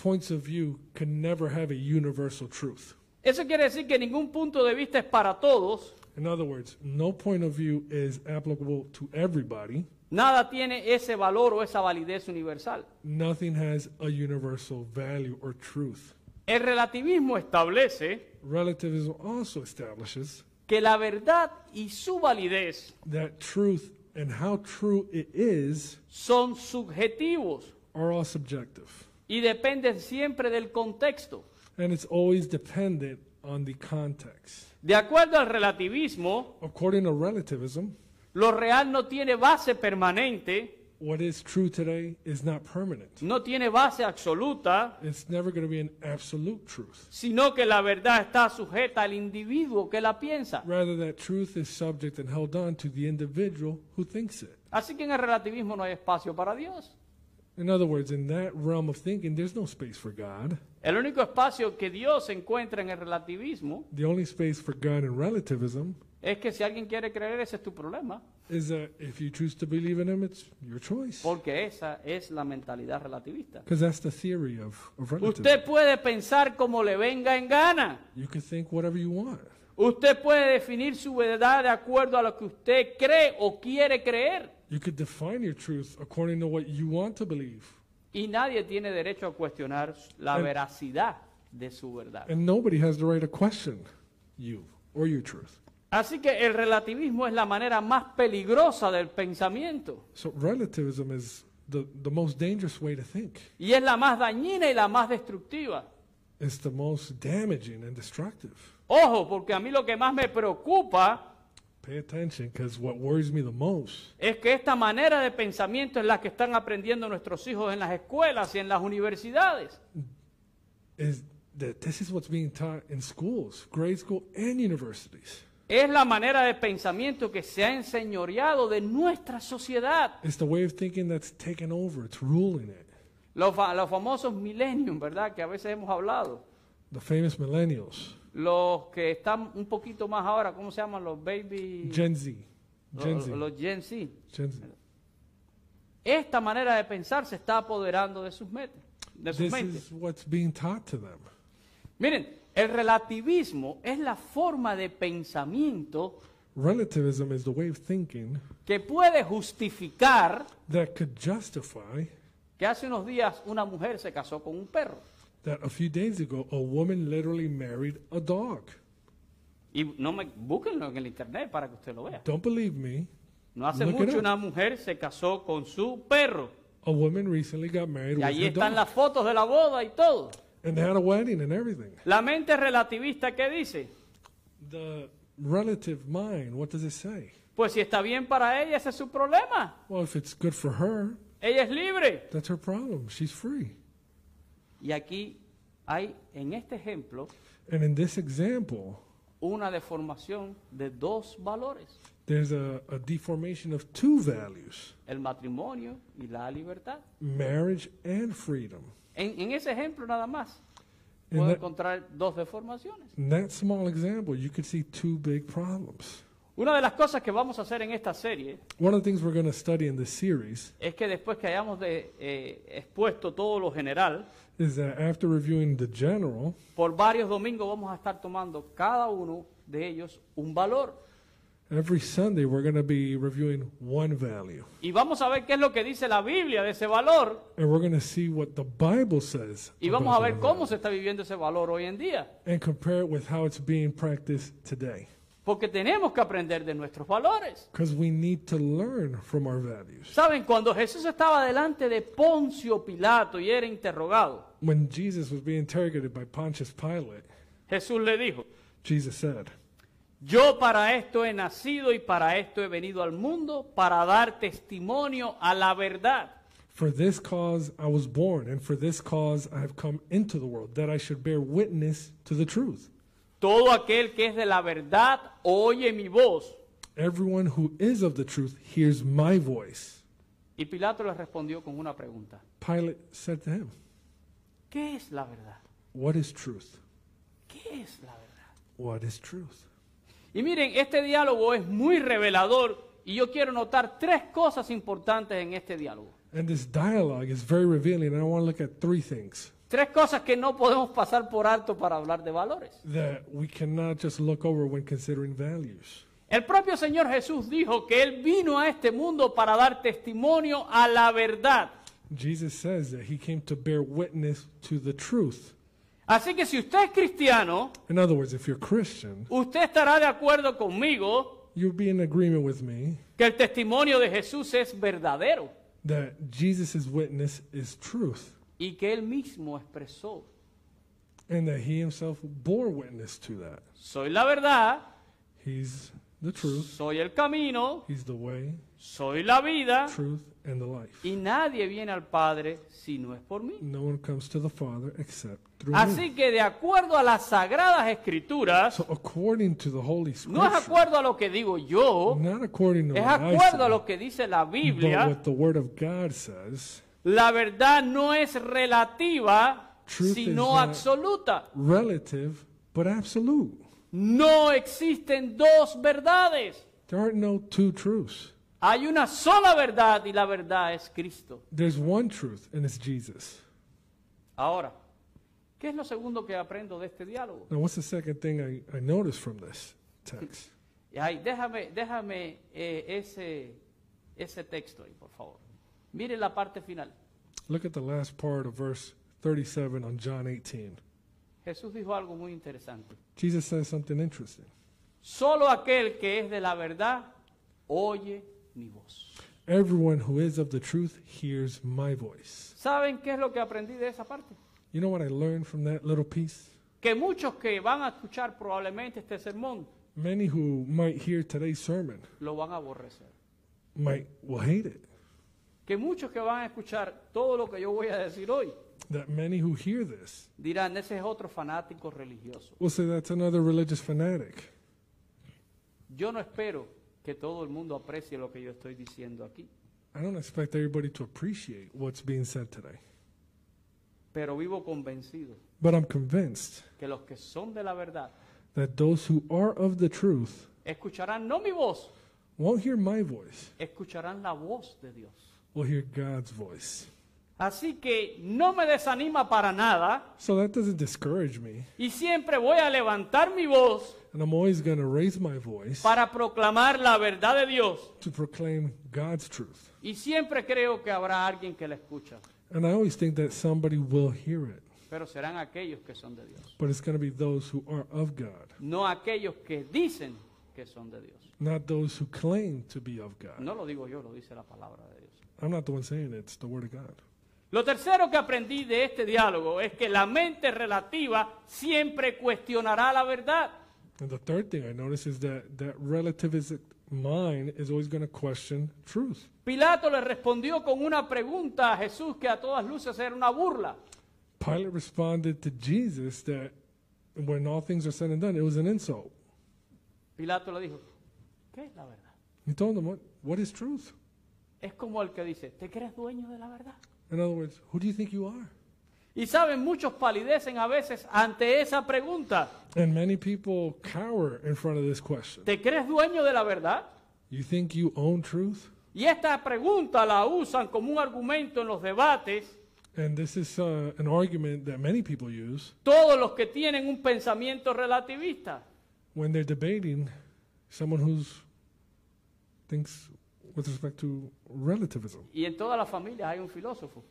[SPEAKER 2] points of view can never have a universal truth.
[SPEAKER 1] Eso quiere decir que ningún punto de vista es para todos,
[SPEAKER 2] In other words, no point of view is applicable to everybody.
[SPEAKER 1] nada tiene ese valor o esa validez universal.
[SPEAKER 2] Nothing has a universal value or truth.
[SPEAKER 1] El relativismo establece
[SPEAKER 2] Relativism also establishes
[SPEAKER 1] que la verdad y su validez
[SPEAKER 2] that truth and how true it is
[SPEAKER 1] son subjetivos
[SPEAKER 2] are all subjective.
[SPEAKER 1] y dependen siempre del contexto.
[SPEAKER 2] And it's always dependent on the context.
[SPEAKER 1] De acuerdo al relativismo,
[SPEAKER 2] According to relativism,
[SPEAKER 1] lo real no tiene base permanente,
[SPEAKER 2] what is true today is not permanent.
[SPEAKER 1] no tiene base absoluta,
[SPEAKER 2] It's never going to be an absolute truth.
[SPEAKER 1] sino que la verdad está sujeta al individuo que la piensa.
[SPEAKER 2] Rather, that truth is subject and held on to the individual who thinks it.
[SPEAKER 1] Así que en el relativismo no hay espacio para Dios.
[SPEAKER 2] In other words, in that realm of thinking, there's no space for God.
[SPEAKER 1] El único espacio que Dios encuentra en el relativismo
[SPEAKER 2] The only space for God in relativism
[SPEAKER 1] es que si alguien quiere creer, ese es tu problema,
[SPEAKER 2] is that if you choose to believe in Him, it's your choice.
[SPEAKER 1] porque esa es la mentalidad relativista.
[SPEAKER 2] Because that's the theory of, of relativism.
[SPEAKER 1] Usted puede pensar como le venga en gana.
[SPEAKER 2] You can think whatever you want.
[SPEAKER 1] Usted puede definir su verdad de acuerdo a lo que usted cree o quiere creer.
[SPEAKER 2] You could define your truth according to what you want to believe.
[SPEAKER 1] Y nadie tiene derecho a cuestionar la
[SPEAKER 2] And-
[SPEAKER 1] veracidad de su verdad.
[SPEAKER 2] And nobody has the right to question you or your truth.
[SPEAKER 1] Así que el relativismo es la manera más peligrosa del pensamiento
[SPEAKER 2] So relativism is the, the most dangerous way to think.
[SPEAKER 1] y es la más dañina y la más destructiva.
[SPEAKER 2] It's the most damaging and destructive.
[SPEAKER 1] Ojo, porque a mí lo que más me preocupa
[SPEAKER 2] Pay attention because what worries me the most
[SPEAKER 1] es que esta manera de pensamiento es la que están aprendiendo nuestros hijos en las escuelas y en las universidades.
[SPEAKER 2] is that this is what's being taught in schools, grade school and universities.
[SPEAKER 1] Es la manera de pensamiento que se ha enseñoreado de nuestra sociedad.
[SPEAKER 2] It's the way of thinking that's taken over, it's ruling it.
[SPEAKER 1] Los, fa- los famosos millennium, ¿verdad? Que a veces hemos hablado.
[SPEAKER 2] The famous millennials,
[SPEAKER 1] Los que están un poquito más ahora, ¿cómo se llaman? Los baby...
[SPEAKER 2] Gen Z, Gen
[SPEAKER 1] los-
[SPEAKER 2] Z,
[SPEAKER 1] Los Gen Z.
[SPEAKER 2] Gen Z.
[SPEAKER 1] Esta manera de pensar se está apoderando de sus metas, de sus
[SPEAKER 2] This
[SPEAKER 1] mentes.
[SPEAKER 2] is what's being taught to them.
[SPEAKER 1] Miren, el relativismo es la forma de pensamiento
[SPEAKER 2] Relativism is the way of thinking
[SPEAKER 1] que puede justificar
[SPEAKER 2] that could justify
[SPEAKER 1] que hace unos días una mujer se casó con un perro.
[SPEAKER 2] that a few days ago a woman literally married a dog.
[SPEAKER 1] Y no me búsquenlo en el internet para que usted lo vea.
[SPEAKER 2] Don't believe me.
[SPEAKER 1] No hace
[SPEAKER 2] Look it
[SPEAKER 1] mucho
[SPEAKER 2] up.
[SPEAKER 1] una mujer se casó con su perro.
[SPEAKER 2] A woman recently got married
[SPEAKER 1] Y
[SPEAKER 2] with
[SPEAKER 1] allí
[SPEAKER 2] her
[SPEAKER 1] están
[SPEAKER 2] dog,
[SPEAKER 1] las fotos de la boda y todo.
[SPEAKER 2] and they had a wedding and everything.
[SPEAKER 1] La mente relativista que dice,
[SPEAKER 2] The relative mind, what does it say?
[SPEAKER 1] pues si está bien para ella, ese es su problema.
[SPEAKER 2] Well, if it's good for her,
[SPEAKER 1] Ella es libre.
[SPEAKER 2] that's her problem. She's free.
[SPEAKER 1] Y aquí hay, en este ejemplo,
[SPEAKER 2] And in this example,
[SPEAKER 1] una deformación de dos valores,
[SPEAKER 2] there's a, a deformation of two values
[SPEAKER 1] el matrimonio y la libertad.
[SPEAKER 2] marriage and freedom.
[SPEAKER 1] En, en ese ejemplo nada más
[SPEAKER 2] En
[SPEAKER 1] puedo
[SPEAKER 2] la-
[SPEAKER 1] encontrar dos deformaciones.
[SPEAKER 2] In that small example, you could see two big problems.
[SPEAKER 1] Una de las cosas que vamos a hacer en esta serie
[SPEAKER 2] One of the things we're going to study in this series
[SPEAKER 1] es que después que hayamos de- eh, expuesto todo lo general,
[SPEAKER 2] is that after reviewing the general,
[SPEAKER 1] por varios domingos vamos a estar tomando cada uno de ellos un valor.
[SPEAKER 2] every Sunday we're going to be reviewing one value.
[SPEAKER 1] Y vamos a ver qué es lo que dice la Biblia de ese valor
[SPEAKER 2] And we're going to see what the Bible says.
[SPEAKER 1] y
[SPEAKER 2] about
[SPEAKER 1] vamos a
[SPEAKER 2] that
[SPEAKER 1] ver cómo
[SPEAKER 2] value
[SPEAKER 1] se está viviendo ese valor hoy en día.
[SPEAKER 2] And compare it with how it's being practiced today.
[SPEAKER 1] Porque tenemos que aprender de nuestros valores.
[SPEAKER 2] Because we need to learn from our values.
[SPEAKER 1] Saben, cuando Jesús estaba delante de Poncio Pilato y era interrogado,
[SPEAKER 2] When Jesus was being interrogated by Pontius Pilate,
[SPEAKER 1] Jesús le dijo,
[SPEAKER 2] Jesus said,
[SPEAKER 1] yo para esto he nacido y para esto he venido al mundo, para dar testimonio a la verdad.
[SPEAKER 2] For this cause I was born, and for this cause I have come into the world, that I should bear witness to the truth.
[SPEAKER 1] Todo aquel que es de la verdad oye mi voz.
[SPEAKER 2] Everyone who is of the truth hears my voice.
[SPEAKER 1] Y Pilato le respondió con una pregunta.
[SPEAKER 2] Pilate said to him,
[SPEAKER 1] ¿Qué es la verdad?
[SPEAKER 2] What is truth?
[SPEAKER 1] ¿Qué es la verdad?
[SPEAKER 2] What is truth?
[SPEAKER 1] Y miren, este diálogo es muy revelador y yo quiero notar tres cosas importantes en este diálogo.
[SPEAKER 2] And this dialogue is very revealing, and I want to look at three things
[SPEAKER 1] Tres cosas que no podemos pasar por alto para hablar de valores.
[SPEAKER 2] that we cannot just look over when considering values.
[SPEAKER 1] El propio Señor Jesús dijo que Él vino a este mundo para dar testimonio a la verdad.
[SPEAKER 2] Jesus says that he came to bear witness to the truth.
[SPEAKER 1] Así que si usted es cristiano,
[SPEAKER 2] In other words, if you're Christian,
[SPEAKER 1] usted estará de acuerdo conmigo
[SPEAKER 2] you'll be in agreement with me
[SPEAKER 1] que el testimonio de Jesús es verdadero
[SPEAKER 2] that Jesus' witness is truth
[SPEAKER 1] y que Él mismo expresó,
[SPEAKER 2] and that he himself bore witness to that.
[SPEAKER 1] soy la verdad,
[SPEAKER 2] He's the truth,
[SPEAKER 1] soy el camino,
[SPEAKER 2] he's the way,
[SPEAKER 1] soy la vida
[SPEAKER 2] truth, and the life.
[SPEAKER 1] y nadie viene al Padre si no es por mí.
[SPEAKER 2] No one comes to the Father except through me.
[SPEAKER 1] Así que de acuerdo a las sagradas escrituras,
[SPEAKER 2] So according to the Holy Scripture,
[SPEAKER 1] no es acuerdo a lo que digo yo,
[SPEAKER 2] not according to
[SPEAKER 1] es
[SPEAKER 2] what I
[SPEAKER 1] acuerdo a
[SPEAKER 2] say,
[SPEAKER 1] lo que dice la
[SPEAKER 2] but
[SPEAKER 1] Biblia,
[SPEAKER 2] what the Word of God says,
[SPEAKER 1] la verdad no es relativa,
[SPEAKER 2] Truth is
[SPEAKER 1] sino
[SPEAKER 2] not-
[SPEAKER 1] absoluta.
[SPEAKER 2] relative but absolute.
[SPEAKER 1] No existen dos verdades.
[SPEAKER 2] There aren't no two truths.
[SPEAKER 1] Hay una sola verdad y la verdad es Cristo.
[SPEAKER 2] There's one truth, and it's Jesus.
[SPEAKER 1] Ahora, ¿qué es lo segundo que aprendo de este diálogo?
[SPEAKER 2] Now, what's the second thing I, I noticed from this text?
[SPEAKER 1] Ay, déjame, déjame eh, ese, ese texto ahí, por favor. Mire la parte final.
[SPEAKER 2] Look at the last part of verse 37 on John 18.
[SPEAKER 1] Jesús dijo algo muy interesante.
[SPEAKER 2] Jesus says something interesting.
[SPEAKER 1] Solo aquel que es de la verdad oye mi voz.
[SPEAKER 2] Everyone who is of the truth hears my voice.
[SPEAKER 1] ¿Saben qué es lo que aprendí de esa parte?
[SPEAKER 2] You know what I learned from that little piece?
[SPEAKER 1] Que muchos que van a escuchar probablemente este sermón
[SPEAKER 2] Many who might hear today's sermon
[SPEAKER 1] lo van a aborrecer.
[SPEAKER 2] might will hate it.
[SPEAKER 1] Que muchos que van a escuchar todo lo que yo voy a decir hoy
[SPEAKER 2] That many who hear this
[SPEAKER 1] dirán, ese es otro fanático religioso.
[SPEAKER 2] will say that's another religious fanatic.
[SPEAKER 1] Yo no espero que todo el mundo aprecie lo que yo estoy diciendo aquí,
[SPEAKER 2] I don't expect everybody to appreciate what's being said today,
[SPEAKER 1] pero vivo convencido
[SPEAKER 2] but I'm convinced
[SPEAKER 1] que los que son de la verdad
[SPEAKER 2] that those who are of the truth
[SPEAKER 1] escucharán no mi voz,
[SPEAKER 2] won't hear my voice,
[SPEAKER 1] escucharán la voz de Dios.
[SPEAKER 2] will hear God's voice.
[SPEAKER 1] Así que no me desanima para nada
[SPEAKER 2] So that doesn't discourage me,
[SPEAKER 1] y siempre voy a levantar mi voz
[SPEAKER 2] and I'm always going to raise my voice
[SPEAKER 1] para proclamar la verdad de Dios
[SPEAKER 2] to proclaim God's truth.
[SPEAKER 1] y siempre creo que habrá alguien que la escucha,
[SPEAKER 2] And I always think that somebody will hear it,
[SPEAKER 1] pero serán aquellos que son de Dios,
[SPEAKER 2] but it's going to be those who are of God,
[SPEAKER 1] no aquellos que dicen que son de Dios.
[SPEAKER 2] not those who claim to be of God.
[SPEAKER 1] No lo digo yo, lo dice la palabra de Dios.
[SPEAKER 2] I'm not the one saying it, it's the Word of God.
[SPEAKER 1] Lo tercero que aprendí de este diálogo es que la mente relativa siempre cuestionará la verdad.
[SPEAKER 2] And the third thing I notice is that that relativistic mind is always going to question truth.
[SPEAKER 1] Pilato le respondió con una pregunta a Jesús que a todas luces era una burla.
[SPEAKER 2] Pilate responded to Jesus that when all things are said and done, it was an insult.
[SPEAKER 1] Pilato le dijo, ¿qué es la verdad?
[SPEAKER 2] He told him, What, what is truth?
[SPEAKER 1] Es como el que dice, ¿te crees dueño de la verdad?
[SPEAKER 2] In other words, who do you think you are?
[SPEAKER 1] Y saben, muchos palidecen a veces ante esa pregunta.
[SPEAKER 2] And many people cower in front of this question.
[SPEAKER 1] ¿Te crees dueño de la verdad?
[SPEAKER 2] You think you own truth?
[SPEAKER 1] Y esta pregunta la usan como un argumento en los debates
[SPEAKER 2] And this is uh, an argument that many people use
[SPEAKER 1] todos los que tienen un pensamiento relativista.
[SPEAKER 2] when they're debating someone who's thinks with respect to relativism.
[SPEAKER 1] Y en todas las familias hay un filósofo.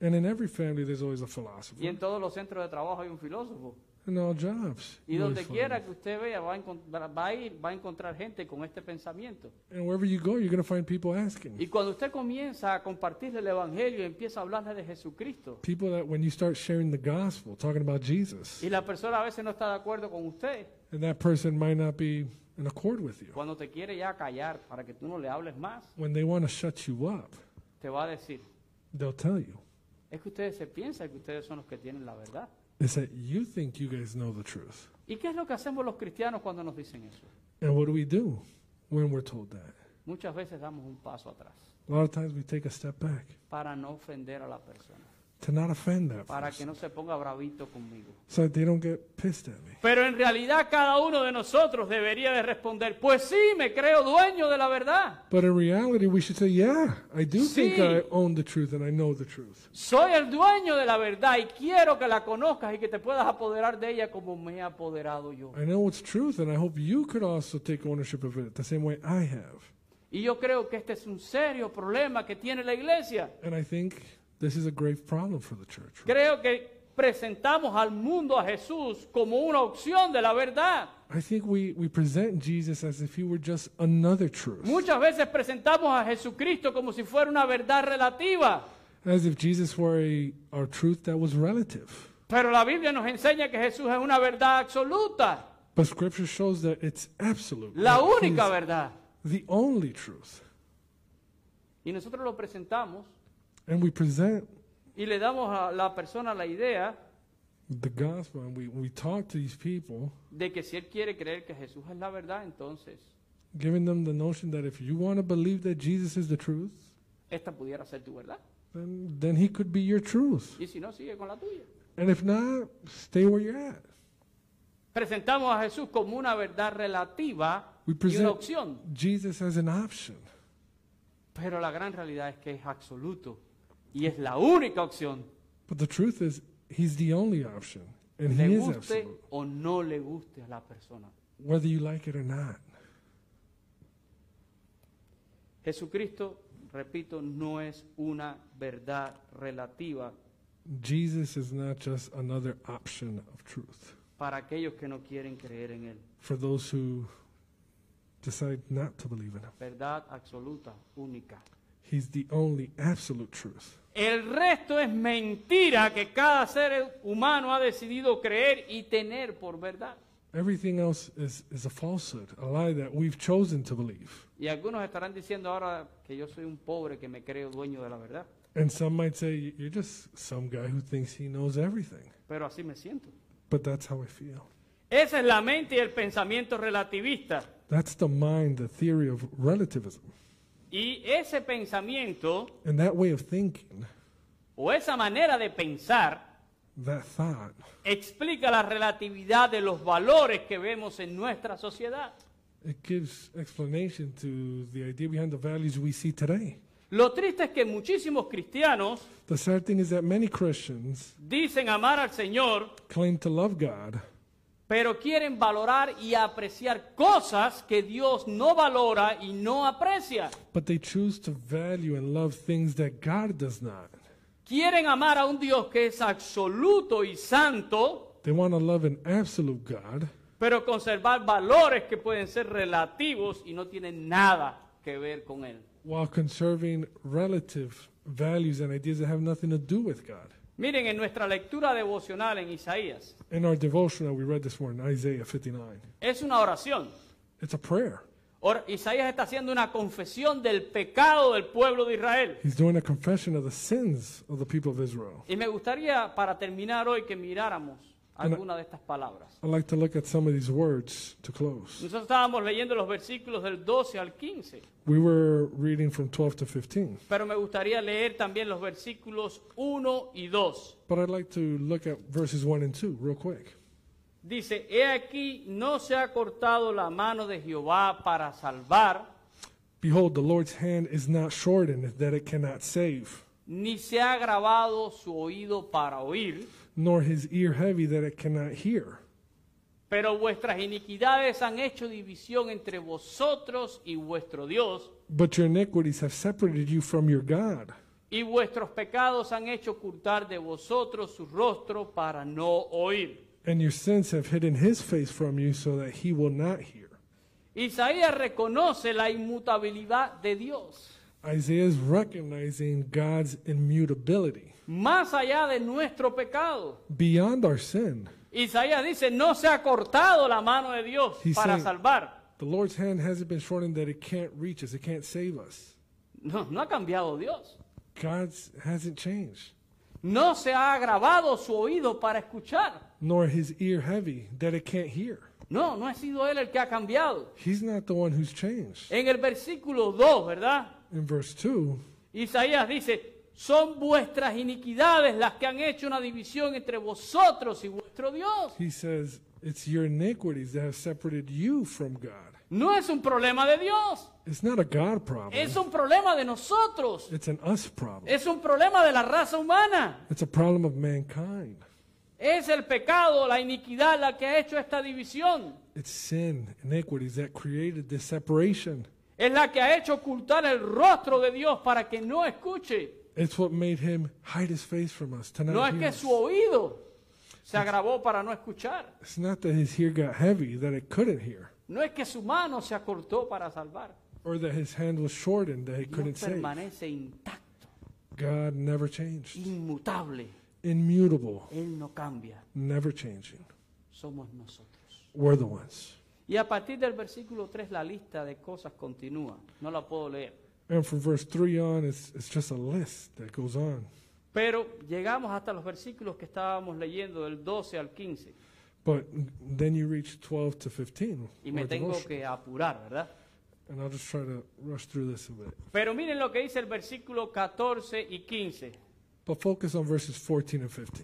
[SPEAKER 2] And in every family, there's always a philosopher.
[SPEAKER 1] Y en todos los centros de trabajo hay un filósofo.
[SPEAKER 2] In all jobs.
[SPEAKER 1] Y
[SPEAKER 2] you always
[SPEAKER 1] donde
[SPEAKER 2] find
[SPEAKER 1] quiera
[SPEAKER 2] it.
[SPEAKER 1] que usted vea, va a, encontrar, va a ir, va a encontrar gente con este pensamiento.
[SPEAKER 2] And wherever you go, you're going to find people asking.
[SPEAKER 1] Y cuando usted comienza a compartirle el Evangelio y empieza a hablarle de Jesucristo,
[SPEAKER 2] people that when you start sharing the gospel, talking about Jesus,
[SPEAKER 1] y la persona a veces no está de acuerdo con usted,
[SPEAKER 2] and that person might not be in accord with you.
[SPEAKER 1] cuando te quiere ya callar para que tú no le hables más,
[SPEAKER 2] When they want to shut you up,
[SPEAKER 1] te va a decir,
[SPEAKER 2] They'll tell you.
[SPEAKER 1] Es que ustedes se piensan que ustedes son los que tienen la verdad.
[SPEAKER 2] It's that you think you guys know the truth.
[SPEAKER 1] ¿Y qué es lo que hacemos los cristianos cuando nos dicen eso?
[SPEAKER 2] And what do we do when we're told that?
[SPEAKER 1] Muchas veces damos un paso atrás
[SPEAKER 2] A lot of times we take a step back
[SPEAKER 1] para no ofender a la persona,
[SPEAKER 2] to not offend that
[SPEAKER 1] para
[SPEAKER 2] person
[SPEAKER 1] que no se ponga bravito conmigo.
[SPEAKER 2] so that they don't get pissed at me.
[SPEAKER 1] Pero en realidad cada uno de nosotros debería de responder, pues sí, me creo dueño de la verdad.
[SPEAKER 2] But in reality, we should say, yeah, I do think
[SPEAKER 1] Sí.
[SPEAKER 2] I own the truth and I know the truth.
[SPEAKER 1] Soy el dueño de la verdad y quiero que la conozcas y que te puedas apoderar de ella como me he apoderado yo.
[SPEAKER 2] I know it's truth, and I hope you could also take ownership of it the same way I have.
[SPEAKER 1] Y yo creo que este es un serio problema que tiene la iglesia.
[SPEAKER 2] And I think this is a grave problem for the church.
[SPEAKER 1] Creo que presentamos al mundo a Jesús como una opción de la verdad.
[SPEAKER 2] I think we, we present Jesus as if he were just another truth,
[SPEAKER 1] Muchas veces presentamos a Jesucristo como si fuera una verdad relativa.
[SPEAKER 2] as if Jesus were a, a truth that was relative.
[SPEAKER 1] Pero la Biblia nos enseña que Jesús es una verdad absoluta,
[SPEAKER 2] But scripture shows that it's absolute,
[SPEAKER 1] la
[SPEAKER 2] that he
[SPEAKER 1] única
[SPEAKER 2] is
[SPEAKER 1] verdad.
[SPEAKER 2] the only truth.
[SPEAKER 1] Y nosotros lo presentamos
[SPEAKER 2] And we present
[SPEAKER 1] y le damos a la persona la idea
[SPEAKER 2] the gospel and we, we talk to these people
[SPEAKER 1] de que si él quiere creer que Jesús es la verdad, entonces
[SPEAKER 2] giving them the notion that if you want to believe that Jesus is the truth,
[SPEAKER 1] esta pudiera ser tu verdad.
[SPEAKER 2] then then he could be your truth.
[SPEAKER 1] Y si no, sigue con la tuya.
[SPEAKER 2] And if not, stay where you're at.
[SPEAKER 1] Presentamos a Jesús como una verdad relativa
[SPEAKER 2] We
[SPEAKER 1] y una
[SPEAKER 2] present-
[SPEAKER 1] opción.
[SPEAKER 2] Jesus as an option.
[SPEAKER 1] Pero la gran realidad es que es absoluto y es la única opción.
[SPEAKER 2] But the truth is he's the only option. And he
[SPEAKER 1] Le
[SPEAKER 2] is
[SPEAKER 1] guste
[SPEAKER 2] absolute.
[SPEAKER 1] o no le guste a la persona.
[SPEAKER 2] Whether you like it or not.
[SPEAKER 1] Jesucristo, repito, no es una verdad relativa
[SPEAKER 2] Jesus is not just another option of truth
[SPEAKER 1] para aquellos que no quieren creer en Él.
[SPEAKER 2] for those who decide not to believe in him.
[SPEAKER 1] Verdad absoluta, única.
[SPEAKER 2] He's the only absolute truth.
[SPEAKER 1] El resto es mentira que cada ser humano ha decidido creer y tener por verdad.
[SPEAKER 2] Everything else is, is a falsehood, a lie that we've chosen to believe.
[SPEAKER 1] Y algunos estarán diciendo ahora que yo soy un pobre que me creo dueño de la verdad,
[SPEAKER 2] And some might say, you're just some guy who thinks he knows everything.
[SPEAKER 1] pero así me siento.
[SPEAKER 2] But that's how I feel.
[SPEAKER 1] Esa es la mente y el pensamiento relativista.
[SPEAKER 2] That's the mind, the theory of relativism.
[SPEAKER 1] Y ese pensamiento
[SPEAKER 2] And that way of thinking,
[SPEAKER 1] o esa manera de pensar
[SPEAKER 2] that thought,
[SPEAKER 1] explica la relatividad de los valores que vemos en nuestra sociedad.
[SPEAKER 2] it gives explanation to the idea behind the values we see today.
[SPEAKER 1] Lo triste es que muchísimos cristianos
[SPEAKER 2] The sad thing is that many Christians
[SPEAKER 1] dicen amar al Señor,
[SPEAKER 2] claim to love God,
[SPEAKER 1] pero quieren valorar y apreciar cosas que Dios no valora y no aprecia.
[SPEAKER 2] but they choose to value and love things that God does not.
[SPEAKER 1] Quieren amar a un Dios que es absoluto y santo,
[SPEAKER 2] They want to love an absolute God,
[SPEAKER 1] pero conservar valores que pueden ser relativos y no tienen nada que ver con Él.
[SPEAKER 2] while conserving relative values and ideas that have nothing to do with God.
[SPEAKER 1] Miren, en nuestra lectura devocional en Isaías,
[SPEAKER 2] In our devotion that we read this morning, Isaiah 59,
[SPEAKER 1] es una oración.
[SPEAKER 2] it's a prayer.
[SPEAKER 1] Or- Isaías está haciendo una confesión del pecado del pueblo de Israel.
[SPEAKER 2] He's doing a confession of the sins of the people of Israel.
[SPEAKER 1] Y me gustaría, para terminar hoy, que miráramos
[SPEAKER 2] Ana-
[SPEAKER 1] alguna de estas palabras.
[SPEAKER 2] I'd like to look at some of these words to close.
[SPEAKER 1] Nosotros estábamos leyendo los versículos del 12 al 15,
[SPEAKER 2] We were reading from 12 to 15,
[SPEAKER 1] pero me gustaría leer también los versículos 1 y 2.
[SPEAKER 2] but I'd like to look at verses 1 and 2 real quick.
[SPEAKER 1] Dice, he aquí no se ha cortado la mano de Jehová para salvar,
[SPEAKER 2] Behold, the Lord's hand is not shortened that it cannot save,
[SPEAKER 1] ni se ha grabado su oído para oír,
[SPEAKER 2] nor his ear heavy that it cannot hear.
[SPEAKER 1] pero vuestras iniquidades han hecho división entre vosotros y vuestro Dios,
[SPEAKER 2] But your iniquities have separated you from your God,
[SPEAKER 1] y vuestros pecados han hecho ocultar de vosotros su rostro para no oír.
[SPEAKER 2] and your sins have hidden his face from you so that he will not hear.
[SPEAKER 1] Isaías reconoce la inmutabilidad de Dios,
[SPEAKER 2] Isaiah is recognizing God's immutability
[SPEAKER 1] más allá de nuestro pecado.
[SPEAKER 2] beyond our sin.
[SPEAKER 1] Isaías dice, no se ha cortado la mano de Dios
[SPEAKER 2] He's
[SPEAKER 1] para
[SPEAKER 2] saying-
[SPEAKER 1] salvar.
[SPEAKER 2] The Lord's hand hasn't been shortened that it can't reach us, it can't save us.
[SPEAKER 1] No, no ha cambiado Dios.
[SPEAKER 2] God hasn't changed,
[SPEAKER 1] No se ha agravado su oído para escuchar.
[SPEAKER 2] nor his ear heavy that it can't hear.
[SPEAKER 1] No, no ha sido él el que ha cambiado.
[SPEAKER 2] He's not the one who's changed.
[SPEAKER 1] En el versículo 2, ¿verdad?
[SPEAKER 2] In verse 2,
[SPEAKER 1] Isaías dice, son vuestras iniquidades las que han hecho una división entre vosotros y vuestro Dios.
[SPEAKER 2] he says, It's your iniquities that have separated you from God.
[SPEAKER 1] No es un problema de Dios,
[SPEAKER 2] It's not a God problem,
[SPEAKER 1] es un problema de nosotros,
[SPEAKER 2] it's an us problem.
[SPEAKER 1] es un problema de la raza humana.
[SPEAKER 2] It's a problem of mankind.
[SPEAKER 1] Es el pecado, la iniquidad la que ha hecho esta división.
[SPEAKER 2] It's sin, iniquities that created this separation.
[SPEAKER 1] Es la que ha hecho ocultar el rostro de Dios para que no escuche.
[SPEAKER 2] It's what made him hide his face from us to not
[SPEAKER 1] No es
[SPEAKER 2] hear
[SPEAKER 1] que
[SPEAKER 2] us.
[SPEAKER 1] su oído se agravó para no escuchar.
[SPEAKER 2] It's not that his ear got heavy that it couldn't hear,
[SPEAKER 1] No es que su mano se acortó para salvar.
[SPEAKER 2] or that his hand was shortened that he couldn't
[SPEAKER 1] Dios
[SPEAKER 2] save.
[SPEAKER 1] permanece intacto,
[SPEAKER 2] God never changed,
[SPEAKER 1] inmutable.
[SPEAKER 2] immutable,
[SPEAKER 1] Él no cambia.
[SPEAKER 2] never changing.
[SPEAKER 1] Somos nosotros.
[SPEAKER 2] We're the ones.
[SPEAKER 1] Y a partir del versículo 3 la lista de cosas continúa. No la puedo leer.
[SPEAKER 2] And from verse 3 on, it's, it's just a list that goes on.
[SPEAKER 1] Pero llegamos hasta los versículos que estábamos leyendo del 12 al 15.
[SPEAKER 2] But then you reach 12 to 15.
[SPEAKER 1] Y me
[SPEAKER 2] or
[SPEAKER 1] tengo
[SPEAKER 2] devotion.
[SPEAKER 1] que apurar, ¿verdad?
[SPEAKER 2] And I'll just try to rush through this a bit.
[SPEAKER 1] Pero miren lo que dice el versículo 14 y 15.
[SPEAKER 2] But focus on verses 14 and 15.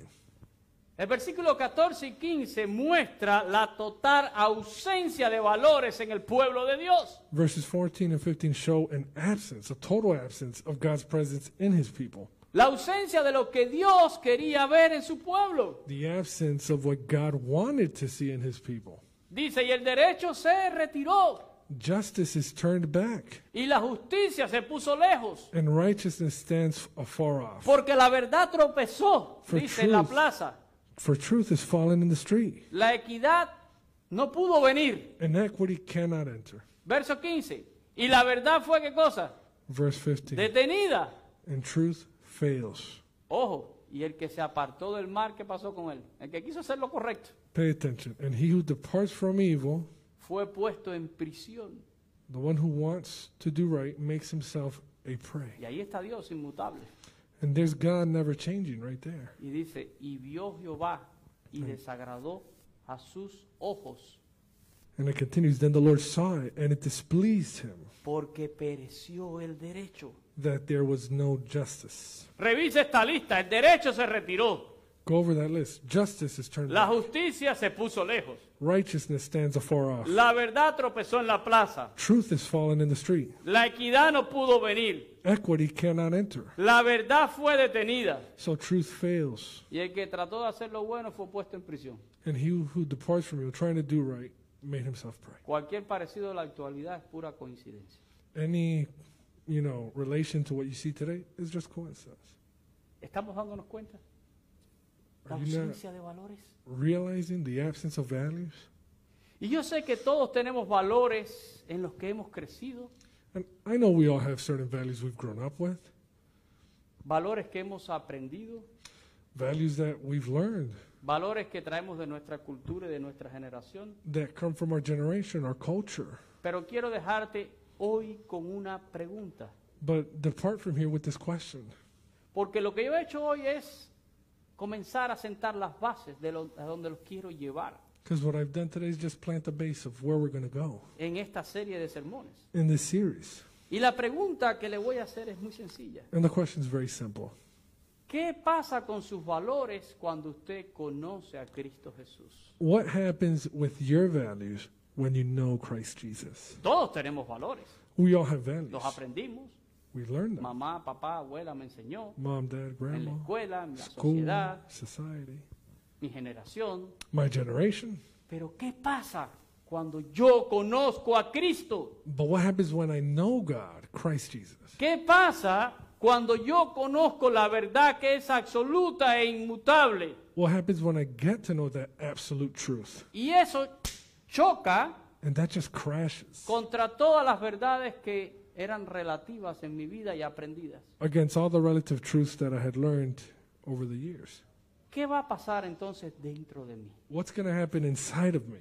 [SPEAKER 1] El versículo 14 y 15 muestra la total ausencia de valores en el pueblo de Dios.
[SPEAKER 2] Verses 14 and 15 show an absence, a total absence of God's presence in his people.
[SPEAKER 1] La ausencia de lo que Dios quería ver en su pueblo.
[SPEAKER 2] The absence of what God wanted to see in his people.
[SPEAKER 1] Dice, y el derecho se retiró
[SPEAKER 2] Justice is turned back,
[SPEAKER 1] y la justicia se puso lejos,
[SPEAKER 2] and righteousness stands afar off.
[SPEAKER 1] porque la verdad tropezó,
[SPEAKER 2] For
[SPEAKER 1] dice en la
[SPEAKER 2] truth.
[SPEAKER 1] plaza.
[SPEAKER 2] For truth is fallen in the street,
[SPEAKER 1] La equidad no pudo venir.
[SPEAKER 2] and equity cannot enter.
[SPEAKER 1] Verso 15. Y la verdad fue qué cosa?
[SPEAKER 2] Verse 15.
[SPEAKER 1] Detenida.
[SPEAKER 2] And truth fails.
[SPEAKER 1] Ojo, y el que se apartó del mar, ¿qué pasó con él? El que quiso hacer lo correcto.
[SPEAKER 2] Pay attention. And he who departs from evil,
[SPEAKER 1] fue puesto en prisión.
[SPEAKER 2] the one who wants to do right, makes himself a prey.
[SPEAKER 1] Y ahí está Dios inmutable.
[SPEAKER 2] And there's God never changing right there.
[SPEAKER 1] Y dice, y vio Jehová y desagradó a sus ojos
[SPEAKER 2] And it continues Then the Lord saw it, and it displeased him
[SPEAKER 1] porque pereció el derecho.
[SPEAKER 2] that there was no justice.
[SPEAKER 1] Revisa esta lista, el derecho se retiró,
[SPEAKER 2] Go over that list. Justice is turned
[SPEAKER 1] la
[SPEAKER 2] back.
[SPEAKER 1] justicia se puso lejos,
[SPEAKER 2] Righteousness stands afar off.
[SPEAKER 1] la verdad tropezó en la plaza,
[SPEAKER 2] Truth is fallen in the street.
[SPEAKER 1] la equidad no pudo venir,
[SPEAKER 2] Equity cannot enter.
[SPEAKER 1] la verdad fue detenida
[SPEAKER 2] So truth fails.
[SPEAKER 1] y el que trató de hacer lo bueno fue puesto en prisión.
[SPEAKER 2] And he who departs from you, trying to do right, made himself pray.
[SPEAKER 1] Cualquier parecido a la actualidad es pura coincidencia.
[SPEAKER 2] Any, you know, relation to what you see today is just coincidence.
[SPEAKER 1] ¿Estamos dándonos cuenta? La
[SPEAKER 2] Are you not
[SPEAKER 1] ausencia de valores.
[SPEAKER 2] realizing the absence of values?
[SPEAKER 1] Y yo sé que todos tenemos valores en los que hemos crecido,
[SPEAKER 2] And I know we all have certain values we've grown up with,
[SPEAKER 1] valores que hemos aprendido,
[SPEAKER 2] values that we've learned
[SPEAKER 1] valores que traemos de nuestra cultura y de nuestra generación,
[SPEAKER 2] that come from our generation, our culture.
[SPEAKER 1] pero quiero dejarte hoy con una pregunta,
[SPEAKER 2] But depart from here with this question.
[SPEAKER 1] porque lo que yo he hecho hoy es comenzar a sentar las bases de lo- a donde los quiero llevar
[SPEAKER 2] Because what I've done today is just plant the base of where we're going to go
[SPEAKER 1] en esta serie de sermones.
[SPEAKER 2] in this series.
[SPEAKER 1] Y la pregunta que le voy a hacer es muy sencilla.
[SPEAKER 2] And the question is very simple.
[SPEAKER 1] ¿Qué pasa con sus valores cuando usted conoce a Cristo Jesús?
[SPEAKER 2] What happens with your values when you know Christ Jesus?
[SPEAKER 1] Todos tenemos valores,
[SPEAKER 2] We all have values.
[SPEAKER 1] los aprendimos.
[SPEAKER 2] We learn them.
[SPEAKER 1] Mamá, papá, abuela me enseñó
[SPEAKER 2] Mom, dad,
[SPEAKER 1] en la
[SPEAKER 2] grandma,
[SPEAKER 1] escuela, en la
[SPEAKER 2] school,
[SPEAKER 1] sociedad,
[SPEAKER 2] society,
[SPEAKER 1] mi generación.
[SPEAKER 2] my generation.
[SPEAKER 1] Pero ¿qué pasa cuando yo conozco a Cristo?
[SPEAKER 2] But what happens when I know God, Christ Jesus?
[SPEAKER 1] ¿Qué pasa cuando yo conozco la verdad que es absoluta e inmutable?
[SPEAKER 2] What happens when I get to know that absolute truth?
[SPEAKER 1] Y eso choca
[SPEAKER 2] And that just crashes
[SPEAKER 1] contra todas las verdades que eran relativas en mi vida y aprendidas.
[SPEAKER 2] against all the relative truths that I had learned over the years.
[SPEAKER 1] ¿Qué va a pasar entonces dentro de mí?
[SPEAKER 2] What's going to happen inside of me?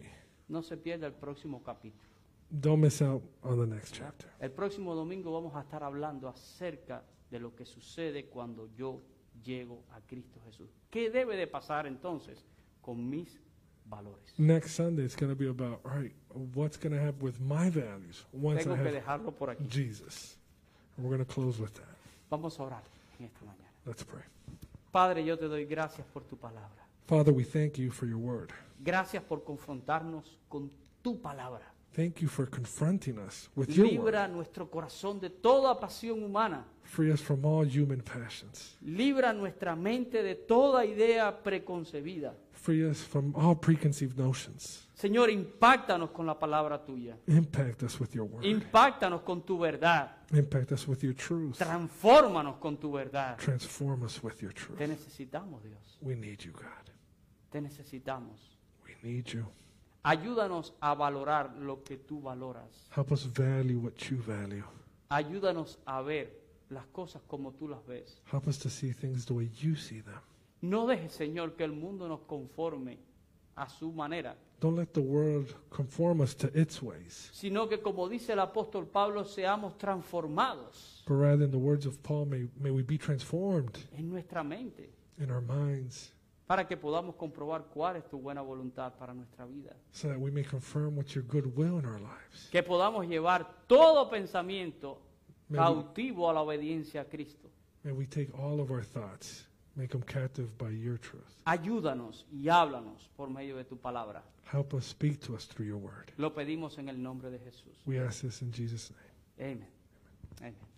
[SPEAKER 1] No se pierda el próximo capítulo.
[SPEAKER 2] Don't miss out on the next chapter.
[SPEAKER 1] El próximo domingo vamos a estar hablando acerca de lo que sucede cuando yo llego a Cristo Jesús. ¿Qué debe de pasar entonces con mis valores?
[SPEAKER 2] Next Sunday, it's going to be about, all right, what's going to happen with my values once
[SPEAKER 1] Tengo
[SPEAKER 2] I
[SPEAKER 1] que
[SPEAKER 2] have
[SPEAKER 1] dejarlo por aquí.
[SPEAKER 2] Jesus? And we're going to close with that.
[SPEAKER 1] Vamos a orar en esta mañana.
[SPEAKER 2] Let's pray.
[SPEAKER 1] Padre, yo te doy gracias por tu palabra.
[SPEAKER 2] Father, we thank you for your word.
[SPEAKER 1] Gracias por confrontarnos con tu palabra.
[SPEAKER 2] Thank you for confronting us with your word.
[SPEAKER 1] Libra nuestro corazón de toda pasión humana.
[SPEAKER 2] Free us from all human passions.
[SPEAKER 1] Libra nuestra mente de toda idea preconcebida.
[SPEAKER 2] Free us from all preconceived notions.
[SPEAKER 1] Señor, impactanos con la palabra tuya.
[SPEAKER 2] Impact us with your word.
[SPEAKER 1] Impactanos con tu verdad.
[SPEAKER 2] Impact us with your truth.
[SPEAKER 1] Transfórmanos con tu verdad.
[SPEAKER 2] Transform us with your
[SPEAKER 1] Te
[SPEAKER 2] truth.
[SPEAKER 1] necesitamos, Dios.
[SPEAKER 2] We need you, God.
[SPEAKER 1] Te necesitamos.
[SPEAKER 2] We need you.
[SPEAKER 1] Ayúdanos a valorar lo que tú valoras.
[SPEAKER 2] Help us value what you value.
[SPEAKER 1] Ayúdanos a ver las cosas como tú las ves.
[SPEAKER 2] Help us to see things the way you see them.
[SPEAKER 1] No dejes, Señor, que el mundo nos conforme a su manera,
[SPEAKER 2] Don't let the world conform us to its ways,
[SPEAKER 1] sino que, como dice el apóstol Pablo, seamos transformados
[SPEAKER 2] but rather, in the words of Paul, may, may we be transformed
[SPEAKER 1] en nuestra mente
[SPEAKER 2] in our minds
[SPEAKER 1] para que podamos comprobar cuál es tu buena voluntad para nuestra vida.
[SPEAKER 2] so that we may confirm what your good will in our lives.
[SPEAKER 1] Que podamos llevar todo pensamiento
[SPEAKER 2] Amén.
[SPEAKER 1] cautivo a la obediencia a Cristo.
[SPEAKER 2] May we take all of our thoughts, make them captive by your truth.
[SPEAKER 1] Ayúdanos y háblanos por medio de tu palabra.
[SPEAKER 2] Help us speak to us through your word.
[SPEAKER 1] Lo pedimos en el nombre de Jesús.
[SPEAKER 2] We ask this in Jesus' name.
[SPEAKER 1] Amén. Amén.